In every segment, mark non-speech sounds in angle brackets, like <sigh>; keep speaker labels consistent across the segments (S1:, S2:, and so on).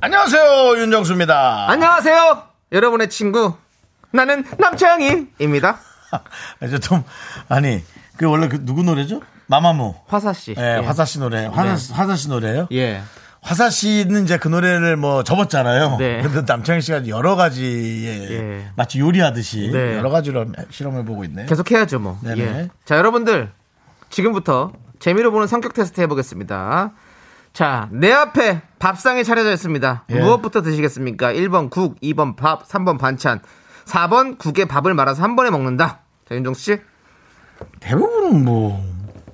S1: 안녕하세요 윤정수입니다.
S2: 아. 안녕하세요. 여러분의 친구. 나는 남창희입니다.
S1: <laughs> 이제 좀 아니 그 원래 그 누구 노래죠? 마마무.
S2: 화사 씨.
S1: 예, 화사 씨 노래. 화사 씨- 화사 씨 노래예요?
S2: 예.
S1: 화사 씨는 이제 그 노래를 뭐 접었잖아요.
S2: 네.
S1: <laughs> 근데 남창희 씨가 여러 가지의
S2: 예.
S1: 마치 요리하듯이
S2: 네.
S1: 여러 가지로 실험해 보고 있네.
S2: 계속 해야죠, 뭐.
S1: 네네.
S2: 예. 자, 여러분들. 지금부터 재미로 보는 성격 테스트 해보겠습니다. 자, 내 앞에 밥상이 차려져 있습니다.
S1: 예.
S2: 무엇부터 드시겠습니까? 1번 국, 2번 밥, 3번 반찬. 4번 국에 밥을 말아서 한 번에 먹는다. 자, 윤정수 씨.
S1: 대부분은 뭐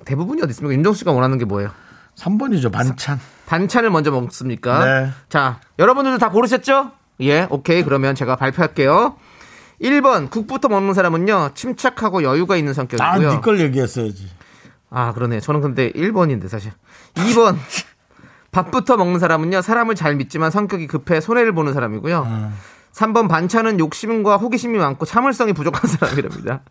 S2: 대부분이 어디 있습니까? 윤정수 씨가 원하는 게 뭐예요?
S1: 3번이죠 반찬.
S2: 반찬을 먼저 먹습니까?
S1: 네.
S2: 자, 여러분들도 다 고르셨죠? 예, 오케이. 그러면 제가 발표할게요. 1번, 국부터 먹는 사람은요, 침착하고 여유가 있는
S1: 아,
S2: 성격이고요.
S1: 니걸 얘기했어야지.
S2: 아, 그러네. 저는 근데 1번인데, 사실. <laughs> 2번, 밥부터 먹는 사람은요, 사람을 잘 믿지만 성격이 급해 손해를 보는 사람이고요. 3번, 반찬은 욕심과 호기심이 많고 참을성이 부족한 <laughs> 사람이랍니다.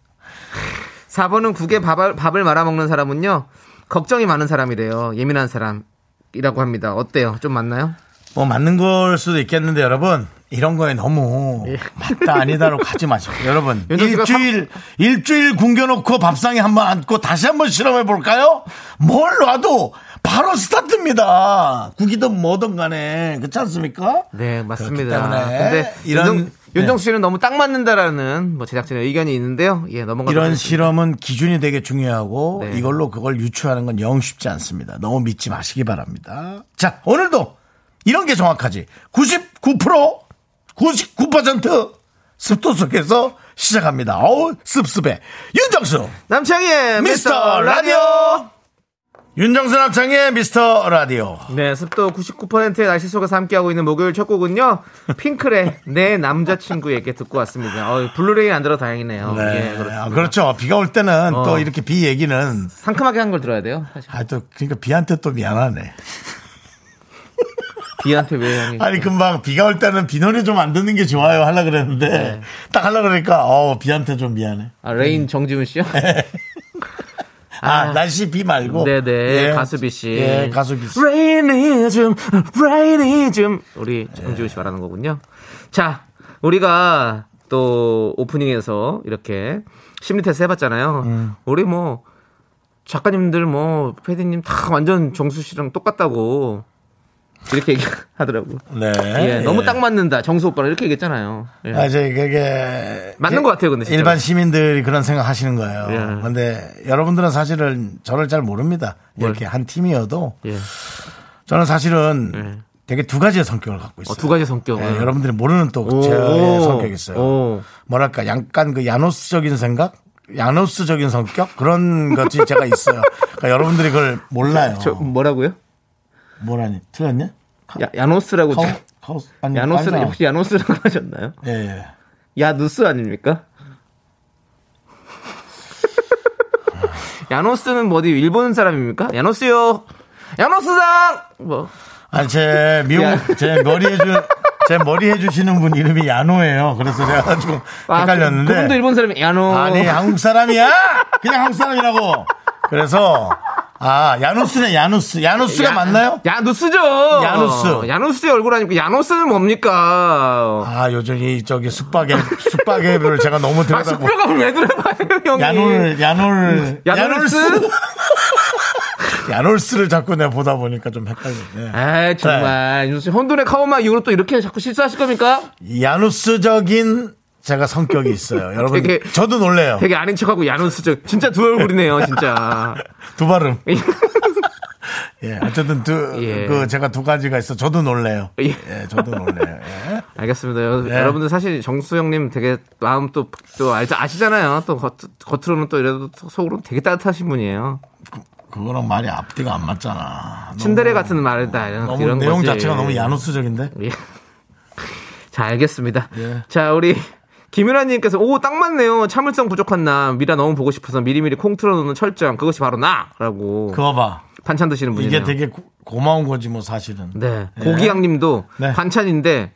S2: 4번은 국에 밥을, 밥을 말아먹는 사람은요, 걱정이 많은 사람이래요. 예민한 사람이라고 합니다. 어때요? 좀 맞나요?
S1: 뭐 맞는 걸 수도 있겠는데 여러분 이런 거에 너무 맞다 아니다로 가지
S2: <laughs>
S1: 마시고 여러분
S2: 예. 윤정 씨가
S1: 일주일 일주일 굶겨놓고 밥상에 한번 앉고 다시 한번 실험해 볼까요? 뭘 놔도 바로 스타트입니다. 국이든 뭐든 간에 그렇지 않습니까?
S2: 네, 맞습니다.
S1: 그렇기 때문에
S2: 근데
S1: 이런-
S2: 윤정, 네. 윤정수 씨는 너무 딱 맞는다라는 뭐 제작진의 의견이 있는데요. 예, 넘어가도록
S1: 이런
S2: 하겠습니다.
S1: 실험은 기준이 되게 중요하고
S2: 네.
S1: 이걸로 그걸 유추하는 건 영 쉽지 않습니다. 너무 믿지 마시기 바랍니다. 자 오늘도 이런 게 정확하지. 99% 99% 습도 속에서 시작합니다. 어우 씁씁해. 윤정수
S2: 남창희의
S1: 미스터 라디오 윤정수 남창의 미스터 라디오
S2: 네, 습도 99%의 날씨 속에서 함께하고 있는 목요일 첫 곡은요. 핑클의 내 남자친구에게 듣고 왔습니다. 어, 블루레인 안 들어 다행이네요. 예, 그렇습니다.
S1: 아, 그렇죠. 비가 올 때는
S2: 어.
S1: 또 이렇게 비 얘기는
S2: 상큼하게 한 걸 들어야 돼요. 사실.
S1: 아 또 그러니까 비한테 또 미안하네.
S2: 비한테 왜 형이.
S1: 아니 그 금방 비가 올 때는 비 노래 좀 안 듣는 게 좋아요 하려 그랬는데
S2: 네.
S1: 딱 하려 그러니까 어 비한테 좀 미안해.
S2: 아, 레인 정지훈 씨요?
S1: 아, 날씨 비 말고.
S2: 네네
S1: 예.
S2: 가수비 씨.
S1: 예 가수비 씨.
S2: 레이니즘 레이니즘 우리 정지훈 씨 말하는 거군요. 자 우리가 또 오프닝에서 이렇게 심리 테스트 해봤잖아요.
S1: 음.
S2: 우리 뭐 작가님들 뭐 패디님 다 완전 정수 씨랑 똑같다고 이렇게 얘기하더라고. <laughs>
S1: 네.
S2: 예, 너무
S1: 예.
S2: 딱 맞는다 정수 오빠랑 이렇게 얘기했잖아요. 예.
S1: 아, 저, 그게.
S2: 맞는 것 같아요, 근데 진짜로.
S1: 일반 시민들이 그런 생각 하시는 거예요.
S2: 예.
S1: 근데 여러분들은 사실은 저를 잘 모릅니다. 이렇게 한 팀이어도.
S2: 예.
S1: 저는 사실은
S2: 예.
S1: 되게 두 가지의 성격을 갖고 있어요.
S2: 어, 두 가지 성격.
S1: 예, 여러분들이 모르는 또
S2: 오.
S1: 제 성격이 있어요.
S2: 오.
S1: 뭐랄까 약간 그 야노스적인 생각, 야노스적인 성격 그런 것이 제가 있어요. 그러니까 여러분들이 그걸 몰라요.
S2: 저 뭐라고요?
S1: 뭐라니 틀렸냐?
S2: 야, 야노스라고
S1: 카우,
S2: 저-
S1: 카우스 아니
S2: 음, 야노스는
S1: 아니잖아.
S2: 혹시 야노스라고 <laughs> 하셨나요?
S1: 예, 예.
S2: 야누스 아닙니까? 야노스는 뭐 어디 일본 사람입니까? 야노스요. 야노스상 뭐
S1: 아니 제 미용
S2: 야.
S1: 제 머리 해주 제 머리 해주시는 분 이름이 야노예요. 그래서 제가 좀
S2: 아, 그,
S1: 헷갈렸는데
S2: 분도 일본 사람이 야노.
S1: 아니 한국 사람이야. 그냥 한국 사람이라고. 그래서 아 야노스네 야노스 야노스가
S2: 야-
S1: 맞나요?
S2: 야누스죠.
S1: 야누스.
S2: 야누스의 얼굴 아니고 야노스는 뭡니까?
S1: 아 요즘 이 저기 숙박앱 숙박앱을 제가 너무
S2: 아,
S1: 들여다보.
S2: 숙표감을 왜 들어봐요, 형이?
S1: 야놀 야놀
S2: 야노스?
S1: <laughs> 야놀스를 자꾸 내가 보다 보니까 좀 헷갈리네.
S2: 아 정말
S1: 네.
S2: 윤수 씨, 혼돈의 카오마 이후로 또 이렇게 자꾸 실수하실 겁니까?
S1: 야누스적인 제가 성격이
S2: <laughs>
S1: 있어요. 여러분
S2: 되게-
S1: 저도 놀래요.
S2: 되게 아닌 척하고 야누스죠. 진짜 두 얼굴이네요,
S1: <laughs>
S2: 진짜.
S1: 두 발음. 예, 어쨌든 두,
S2: 예.
S1: 그 제가 두 가지가 있어. 저도 놀래요.
S2: 예.
S1: 예, 저도 놀래요. 예.
S2: 알겠습니다. 여,
S1: 네.
S2: 러분들 사실 정수 형님 되게 마음 또, 또 알, 아시잖아요. 또 겉, 겉으로는 또 이래도 속으로 되게 따뜻하신 분이에요.
S1: 그거랑 말이 앞뒤가 안 맞잖아.
S2: 친데레 같은 말이다. 이런,
S1: 너무
S2: 이런
S1: 내용
S2: 거지.
S1: 자체가 너무 야누스적인데.
S2: 예. <laughs> 자, 알겠습니다.
S1: 예.
S2: 자, 우리 김유라님께서 오, 딱 맞네요. 참을성 부족한 나 미라 너무 보고 싶어서 미리미리 콩 틀어놓는 철저함 그것이 바로 나라고
S1: 그거 봐.
S2: 반찬 드시는 분이네요.
S1: 이게 되게 고, 고마운 거지 뭐 사실은.
S2: 네.
S1: 예.
S2: 고기양님도
S1: 네.
S2: 반찬인데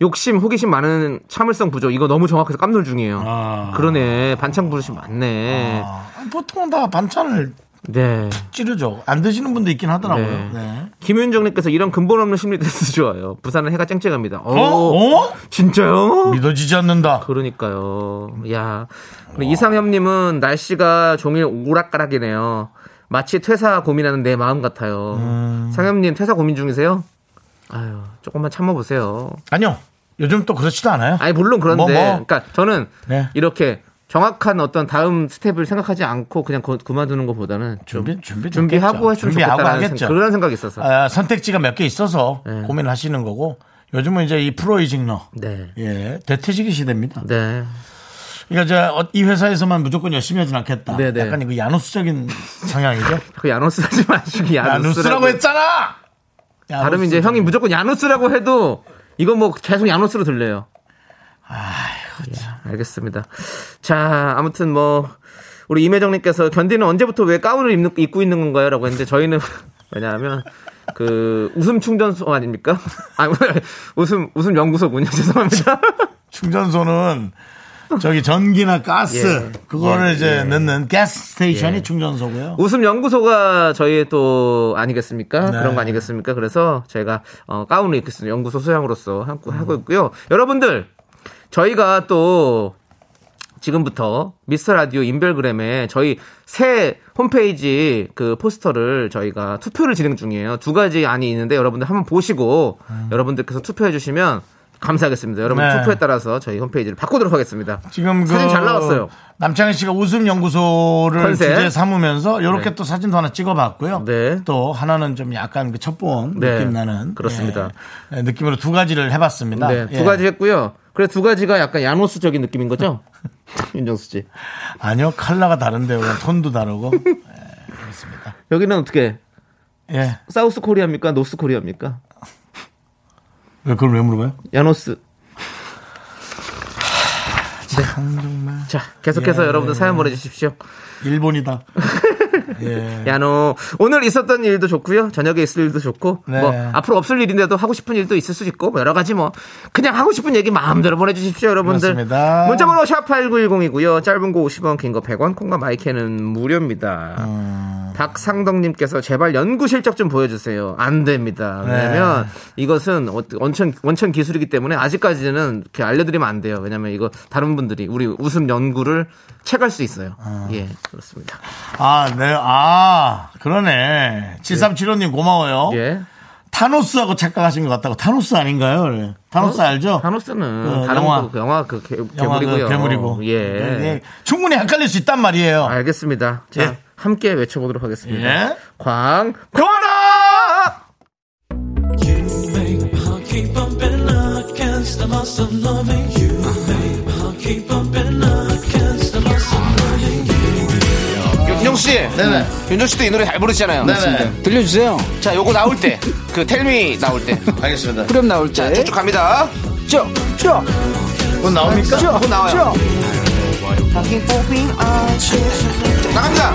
S2: 욕심, 호기심 많은 참을성 부족 이거 너무 정확해서 깜놀 중이에요.
S1: 아.
S2: 그러네. 반찬 부르심 많네.
S1: 아, 보통은 다 반찬을
S2: 네.
S1: 찌르죠. 안 드시는 분도 있긴 하더라고요.
S2: 네.
S1: 네.
S2: 김윤정님께서 이런 근본 없는 심리 테스트 <laughs> 좋아요. 부산은 해가 쨍쨍합니다. 어?
S1: 어? 어?
S2: 진짜요?
S1: 믿어지지 않는다.
S2: 그러니까요. 야. 우리 이상엽님은 날씨가 종일 오락가락이네요. 마치 퇴사 고민하는 내 마음 같아요. 상엽님 퇴사 고민 중이세요? 아유, 조금만 참아보세요.
S1: 아니요. 요즘 또 그렇지도 않아요.
S2: 아니 물론 그런데
S1: 뭐, 뭐.
S2: 그러니까 저는
S1: 네.
S2: 이렇게 정확한 어떤 다음 스텝을 생각하지 않고 그냥 그, 만두는 것보다는 좀
S1: 준비 준비
S2: 준비하고
S1: 됐겠죠.
S2: 했으면
S1: 준비하고
S2: 좋겠다라는
S1: 하겠죠.
S2: 생각, 그런 네. 생각이 있어서
S1: 아, 선택지가 몇 개 있어서 고민하시는 거고 요즘은 이제 이 프로이징러
S2: 네.
S1: 예 대퇴직이 시대입니다.
S2: 네.
S1: 그러니까 이제 어- 이 회사에서만 무조건 열심히 하진 않겠다.
S2: 네, 네.
S1: 약간 이거 야노스적인 <laughs> 성향이죠.
S2: 그 야노스 하지 마시고 <laughs> 야노스라고
S1: 아, 야노스라고 했잖아.
S2: 발음 이제 형이 무조건 야노스라고 해도 이건 뭐 계속 야노스로 들려요. 예, 알겠습니다. 자, 아무튼 뭐 우리 임혜정님께서 견디는 언제부터 왜 가운을 입는, 입고 있는 건가요?라고 했는데 저희는 <laughs> 왜냐하면 그 웃음 충전소 아닙니까? <laughs> 아, 웃음 웃음 연구소군요. 죄송합니다.
S1: 충전소는 저기 전기나 가스
S2: 예.
S1: 그거를
S2: 예,
S1: 이제
S2: 예.
S1: 넣는 가스 스테이션이
S2: 예.
S1: 충전소고요.
S2: 웃음 연구소가 저희의 또 아니겠습니까? 그런 거 아니겠습니까? 그래서 제가 어, 가운을 입고 있는 연구소 소장으로서 하고, 하고 있고요. 여러분들 저희가 또 지금부터 미스터 라디오 인별그램에 저희 새 홈페이지 그 포스터를 저희가 투표를 진행 중이에요. 두 가지 안이 있는데 여러분들 한번 보시고 여러분들께서 투표해 주시면 감사하겠습니다. 여러분
S1: 네.
S2: 투표에 따라서 저희 홈페이지를 바꾸도록 하겠습니다.
S1: 지금
S2: 사진
S1: 그
S2: 잘 나왔어요.
S1: 남창희 씨가 웃음 연구소를
S2: 컨셉.
S1: 주제 삼으면서 이렇게
S2: 네.
S1: 또 사진도 하나 찍어봤고요.
S2: 네.
S1: 또 하나는 좀 약간 그 첩보원
S2: 네.
S1: 느낌 나는
S2: 그렇습니다.
S1: 예, 예, 느낌으로 두 가지를 해봤습니다.
S2: 네,
S1: 예.
S2: 두 가지 했고요. 그래 두 가지가 약간 야노스적인 느낌인 거죠?
S1: <laughs>
S2: 윤정수 씨.
S1: 아니요, 컬러가 다른데요. 그냥 톤도
S2: <laughs>
S1: 다르고.
S2: 여기는 어떻게
S1: 예.
S2: 사우스 코리아입니까? 노스 코리아입니까?
S1: 왜 그걸 왜 물어봐요?
S2: 야노스. 네. 자,
S1: 예,
S2: 계속해서 여러분들 사연 보내주십시오. <laughs>
S1: 일본이다. 예.
S2: 야노. 오늘 있었던 일도 좋고요. 저녁에 있을 일도 좋고.
S1: 네.
S2: 뭐, 앞으로 없을 일인데도 하고 싶은 일도 있을 수 있고, 뭐 여러 가지 뭐. 그냥 하고 싶은 얘기 마음대로 보내주십시오, 여러분들.
S1: 그렇습니다.
S2: 문자번호 샵8910이고요. 짧은 거 50원, 긴 거 100원, 콩과 마이크는 무료입니다.
S1: 음.
S2: 박상덕님께서 제발 연구 실적 좀 보여주세요. 안 됩니다. 왜냐면
S1: 네.
S2: 이것은 어- 원천, 원천 기술이기 때문에 아직까지는 이렇게 알려드리면 안 돼요. 왜냐면 이거 다른 분들이 우리 웃음 연구를 체갈 수 있어요. 예, 그렇습니다.
S1: 아, 네. 아, 그러네. 7375님 고마워요.
S2: 예.
S1: 타노스하고 착각하신 것 같다고. 타노스 아닌가요? 그래. 타노스 알죠?
S2: 어? 타노스는
S1: 그
S2: 다른
S1: 영화.
S2: 거, 그 영화 그 개,
S1: 영화 그
S2: 괴물이고요.
S1: 괴물이고.
S2: 예. 아.
S1: 네, 네. 충분히 헷갈릴 수 있단 말이에요.
S2: 알겠습니다. 자,
S1: 예.
S2: 함께 외쳐보도록 하겠습니다.
S1: 예.
S2: 광,
S1: 고마워!
S3: 윤정씨 네네 윤정씨도 이 노래 잘 부르시잖아요 네네 들려주세요 자 요거 나올 때그 텔미 나올 때 알겠습니다 후렴 나올 때 자, 쭉쭉 갑니다 쭉쭉
S1: 곧 나옵니까?
S3: 쭉 그러니까 나와요 나갑니다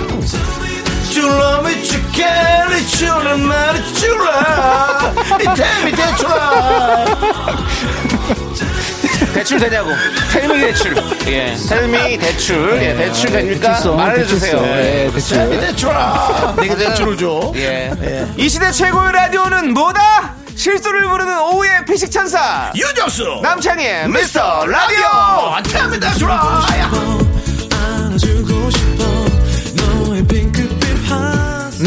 S1: 줄라 미치겠니 네 줄라 말이 줄라 이태미 대출라
S3: <laughs> 대출 되냐고 텔미 대출 예 텔미 대출 예 대출 됩니까 말해주세요 예 대출 네, 그
S1: 이태미 대출라 내게 대출을 줘
S3: 예. 이 시대 최고의 라디오는 뭐다? 실수를 부르는 오후의 피식 천사
S1: 유정수
S3: 남창희의 미스터 라디오
S1: 어, 이태미 대출라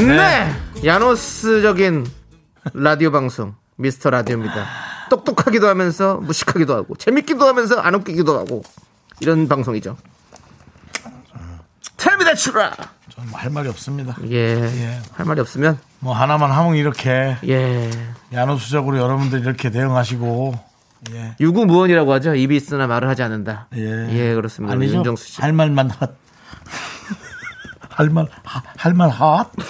S2: 네. 야노스적인 라디오 방송 미스터 라디오입니다. 똑똑하기도 하면서 무식하기도 하고 재밌기도 하면서 안 웃기기도 하고 이런 방송이죠. 텔미 대출아.
S1: 할 말이 없습니다
S2: 예. 할 말이 없으면
S1: 뭐 하나만 하면 이렇게
S2: 예.
S1: 야노수적으로 여러분들 이렇게 대응하시고
S2: 유구무원이라고 하죠. 입이 있으나 말을 하지 않는다.
S1: 예,
S2: 그렇습니다. 우리
S1: 아니죠
S2: 윤정수 씨.
S1: 할 말만 핫 <laughs> 할말 할말 핫 네.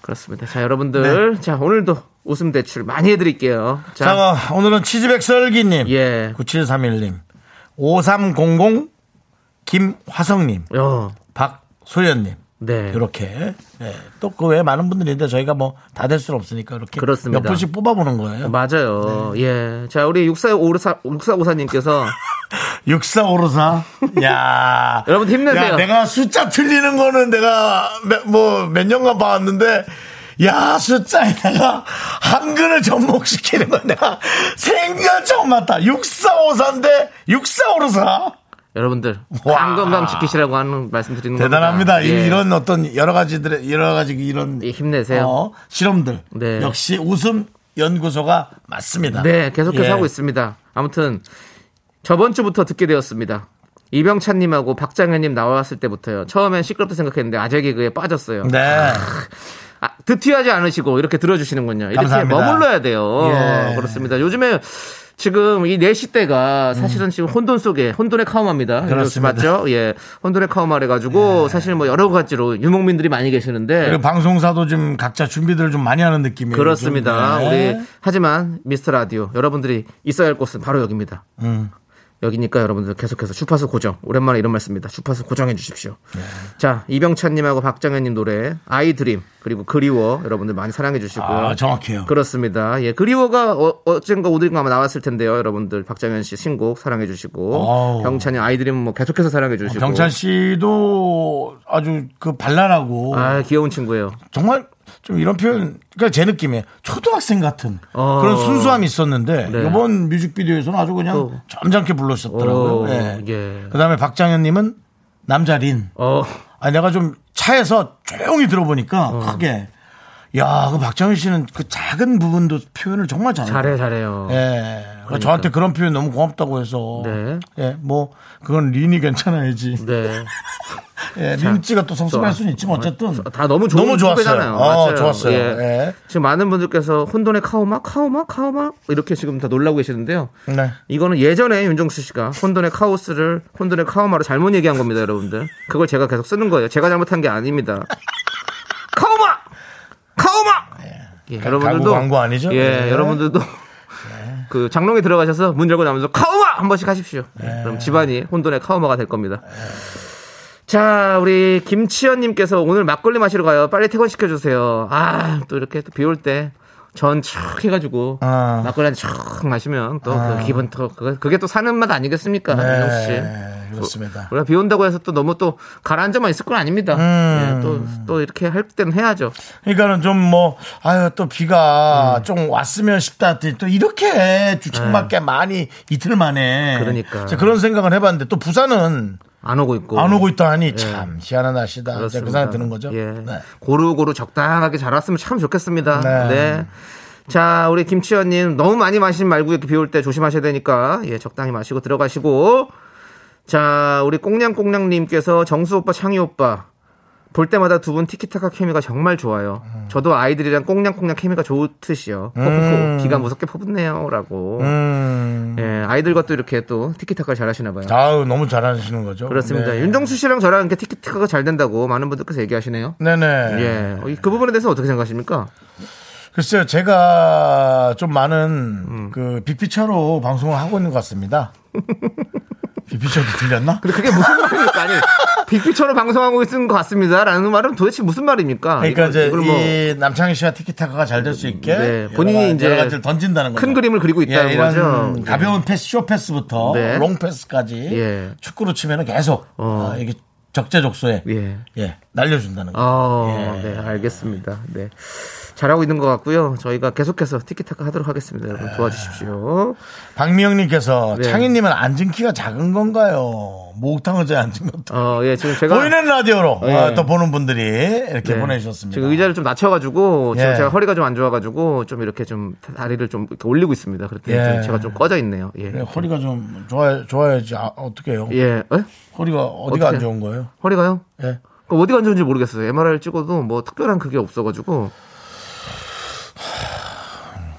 S2: 그렇습니다. 자, 여러분들. 자, 오늘도 웃음 대출 많이 해드릴게요. 자,
S1: 자, 어, 오늘은 치즈백 썰기님,
S2: 예.
S1: 9731님, 5300 김화성님,
S2: 어,
S1: 박소연님.
S2: 네.
S1: 이렇게 또 그 외에 많은 분들이 있는데 저희가 뭐 다 될 수는 없으니까 이렇게
S2: 그렇습니다.
S1: 몇 분씩 뽑아보는 거예요.
S2: 맞아요.
S1: 네.
S2: 예. 자, 우리 6454, 6454님께서.
S1: 6454. 야.
S2: <laughs> 여러분 힘내세요.
S1: 야, 내가 숫자 틀리는 거는 내가 뭐 몇 년간 봐왔는데 야 숫자에다가 한글을 접목시키는 건 내가 생전 처음 봤다. 6454인데 6454.
S2: 여러분들,
S1: 와.
S2: 간 건강 지키시라고 하는 말씀 드리는 겁니다.
S1: 대단합니다. 이-
S2: 예.
S1: 이런 어떤 여러 가지들의 여러 가지 이런
S2: 예, 힘내세요.
S1: 어, 실험들
S2: 네.
S1: 역시 웃음 연구소가 맞습니다.
S2: 네, 계속해서
S1: 예.
S2: 하고 있습니다. 아무튼 저번 주부터 듣게 되었습니다. 이병찬님하고 박장현님 나왔을 때부터요. 처음엔 시끄럽다 생각했는데 아재 개그에 빠졌어요.
S1: 네.
S2: 아, 드티하지 않으시고 이렇게 들어주시는군요. 이렇게
S1: 감사합니다.
S2: 머물러야 돼요.
S1: 예.
S2: 그렇습니다. 요즘에 지금 이 4시대가 사실은 지금 혼돈 속에 혼돈의 카오마입니다.
S1: 그렇습니다. 예.
S2: 맞죠? 예. 혼돈의 카오마래 가지고 사실 뭐 여러 가지로 유목민들이 많이 계시는데
S1: 그리고 방송사도 좀 각자 준비들을 좀 많이 하는 느낌이에요.
S2: 예, 그렇습니다.
S1: 요즘. 네.
S2: 우리 하지만 미스터 라디오 여러분들이 있어야 할 곳은 바로 여기입니다.
S1: 음.
S2: 여기니까 여러분들 계속해서 주파수 고정. 오랜만에 이런 말씀입니다. 주파수 고정해 주십시오.
S1: 네.
S2: 자, 이병찬님하고 박정현님 노래 아이 드림 그리고 그리워 여러분들 많이 사랑해 주시고요.
S1: 아, 정확해요.
S2: 그렇습니다. 예, 그리워가 어, 어젠가 오늘인가 아마 나왔을 텐데요. 여러분들 박정현 씨 신곡 사랑해 주시고
S1: 어우. 어,
S2: 병찬이 아이 드림 뭐 계속해서 사랑해 주시고
S1: 병찬 씨도 아주 그 발랄하고
S2: 아 귀여운 친구예요.
S1: 정말 좀 이런 표현 그러니까 제 느낌에 초등학생 같은
S2: 어.
S1: 그런 순수함이 있었는데
S2: 네.
S1: 이번 뮤직비디오에서는 아주 그냥
S2: 또.
S1: 점잖게 불러주셨더라고요.
S2: 오,
S1: 예.
S2: 예.
S1: 그다음에 박장현님은 남자 린.
S2: 어,
S1: 아 내가 좀 차에서 조용히 들어보니까 크게 야, 그 박장현 씨는 그 작은 부분도 표현을 정말 잘해요.
S2: 잘해 잘해요.
S1: 예. 저한테 그런 표현 너무 고맙다고 해서.
S2: 네.
S1: 예, 뭐, 그건 린이 괜찮아야지.
S2: 네.
S1: 예, 린씨가 또 성숙할
S2: 저,
S1: 수는 있지만 어쨌든.
S2: 다 너무 좋은
S1: 너무 좋았어요.
S2: 후배잖아요.
S1: 어,
S2: 맞아요.
S1: 좋았어요.
S2: 예.
S1: 예.
S2: 지금 많은 분들께서 혼돈의 카오마, 카오마, 카오마 이렇게 지금 다 놀라고 계시는데요.
S1: 네.
S2: 이거는 예전에 윤정수 씨가 혼돈의 카오스를 혼돈의 카오마로 잘못 얘기한 겁니다, 여러분들. 그걸 제가 계속 쓰는 거예요. 제가 잘못한 게 아닙니다. 카오마, 카오마. 예,
S1: 가구 광고 아니죠?
S2: 예,
S1: 예.
S2: 여러분들도 그 장롱에 들어가셔서 문 열고 나면서 카오마 한 번씩 하십시오. 예,
S1: 예.
S2: 그럼 집안이 혼돈의 카오마가 될 겁니다. 자, 우리 김치현님께서 오늘 막걸리 마시러 가요. 빨리 퇴근시켜 주세요. 아, 또 이렇게 또 비 올 때 전 촥 해가지고
S1: 아.
S2: 막걸리 한촥 마시면 또 그 기분 또 그거- 그게 또 사는 맛 아니겠습니까, 윤정 씨?
S1: 네, 그렇습니다. 음.
S2: 우리가 비 온다고 해서 또 너무 또 가라앉아만 있을 건 아닙니다. 예, 또, 또 이렇게 할 때는 해야죠.
S1: 그러니까는 좀 뭐, 아유, 또 비가
S2: 음.
S1: 좀 왔으면 싶다 했더니 또 이렇게 주춤밖에 많이 이틀 만에.
S2: 네. 그러니까.
S1: 자, 그런 생각을 해봤는데 또 부산은
S2: 안 오고 있고.
S1: 안 오고 있다 하니 참 희한한 날씨다. 이제 그
S2: 그렇습니다.
S1: 생각 드는 거죠.
S2: 예.
S1: 네.
S2: 고루고루 적당하게 자랐으면 참 좋겠습니다.
S1: 네.
S2: 네. 자, 우리 김치현님 너무 많이 마시지 말고 이렇게 비올 때 조심하셔야 되니까 예, 적당히 마시고 들어가시고. 자, 우리 꽁냥꽁냥님께서 정수 오빠, 창희 오빠. 볼 때마다 두 분 티키타카 케미가 정말 좋아요.
S1: 음.
S2: 저도 아이들이랑 꽁냥꽁냥 케미가 좋듯이요. 퍼붓고
S1: 음.
S2: 비가 무섭게 퍼붓네요라고. 예, 아이들과 또 이렇게 또 티키타카 잘 하시나 봐요.
S1: 아유, 너무 잘하시는 거죠.
S2: 그렇습니다.
S1: 네.
S2: 윤정수 씨랑 저랑 이렇게 티키타카가 잘 된다고 많은 분들께서 얘기하시네요.
S1: 네네.
S2: 예. 어, 이그 부분에 대해서 어떻게 생각하십니까?
S1: 글쎄요, 제가 좀 많은
S2: 음.
S1: 그 빅피처로 방송을 하고 있는 것
S2: <laughs>
S1: 같습니다. 빅피처도 들렸나?
S2: 근데 그게
S1: <laughs>
S2: 무슨 말입니까? 아니, 빅피처로 방송하고 있는 것 같습니다. 라는 말은 도대체 무슨 말입니까?
S1: 그러니까
S2: 아, 이거-
S1: 이제
S2: 이걸 뭐
S1: 이 남창희 씨와 티키타카가 잘 될 수 있게
S2: 네,
S1: 여러
S2: 본인이
S1: 가-
S2: 이제
S1: 여러 가지를 던진다는 거죠.
S2: 큰 그림을 그리고 있다는
S1: 예, 이런
S2: 거죠. 음.
S1: 가벼운 패스, 쇼 패스부터
S2: 네.
S1: 롱 패스까지
S2: 예.
S1: 축구로 치면은 계속
S2: 어.
S1: 어, 이게 적재적소에
S2: 예.
S1: 예, 날려준다는 거.
S2: 어,
S1: 예.
S2: 네, 알겠습니다. 네. 잘하고 있는 것 같고요. 저희가 계속해서 티키타카 하도록 하겠습니다.
S1: 예.
S2: 여러분 도와주십시오.
S1: 박미영님께서
S2: 네.
S1: 창희님은 앉은 키가 작은 건가요? 목욕탕 의자에 앉은 것도.
S2: 어, 예, 지금 제가.
S1: 보이는 라디오로
S2: 예.
S1: 아, 또 보는 분들이 이렇게
S2: 네.
S1: 보내주셨습니다.
S2: 지금 의자를 좀 낮춰가지고 지금
S1: 예.
S2: 제가 허리가 좀 안 좋아가지고 좀 이렇게 좀 다리를 좀 이렇게 올리고 있습니다. 그랬더니
S1: 예.
S2: 좀 제가 좀 꺼져 있네요. 예.
S1: 네, 허리가 좀 좋아 좋아야지 아, 어떻게 해요?
S2: 예. 에?
S1: 허리가 어디가
S2: 어떡해?
S1: 안 좋은 거예요?
S2: 허리가요?
S1: 예.
S2: 그 어디가 안 좋은지 모르겠어요. MRI 를 찍어도 뭐 특별한 그게 없어가지고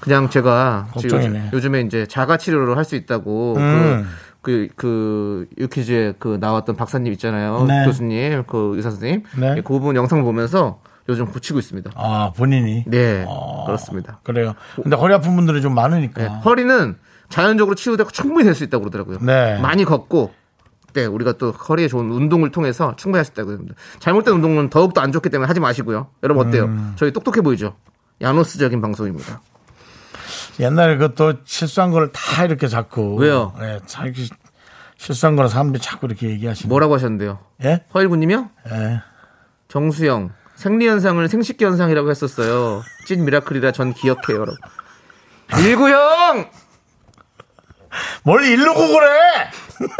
S2: 그냥 제가 지금
S1: 걱정이네. 음.
S2: 요즘에 이제 자가 치료를 할 수 있다고 그, 그, 그, 유퀴즈에 그 나왔던 박사님 있잖아요.
S1: 네.
S2: 교수님, 그 의사 선생님.
S1: 네.
S2: 예, 그분 영상 보면서 요즘 고치고 있습니다.
S1: 아, 본인이.
S2: 네,
S1: 어,
S2: 그렇습니다.
S1: 그래요. 근데 허리 아픈 분들이 좀
S2: 네,
S1: 많으니까.
S2: 허리는 자연적으로 치유되고 충분히 될 수 있다고 그러더라고요.
S1: 네.
S2: 많이 걷고 네, 우리가 또 허리에 좋은 운동을 통해서 충분히 할 수 있다고 합니다. 잘못된 운동은 더욱더 안 좋기 때문에 하지 마시고요. 여러분 어때요?
S1: 음.
S2: 저희 똑똑해 보이죠? 야노스적인 방송입니다.
S1: 옛날에 그것도 실수한 거를 다 이렇게 자꾸.
S2: 왜요?
S1: 예, 자기 실수한 거는 사람들이 자꾸 이렇게 얘기하시는.
S2: 뭐라고 하셨는데요?
S1: 예?
S2: 허일구님이요?
S1: 예.
S2: 정수영 생리현상을 생식현상이라고 했었어요. 찐 미라클이라 전 기억해요. 여러분. 일구형!
S1: 뭘 일르고 그래! <laughs>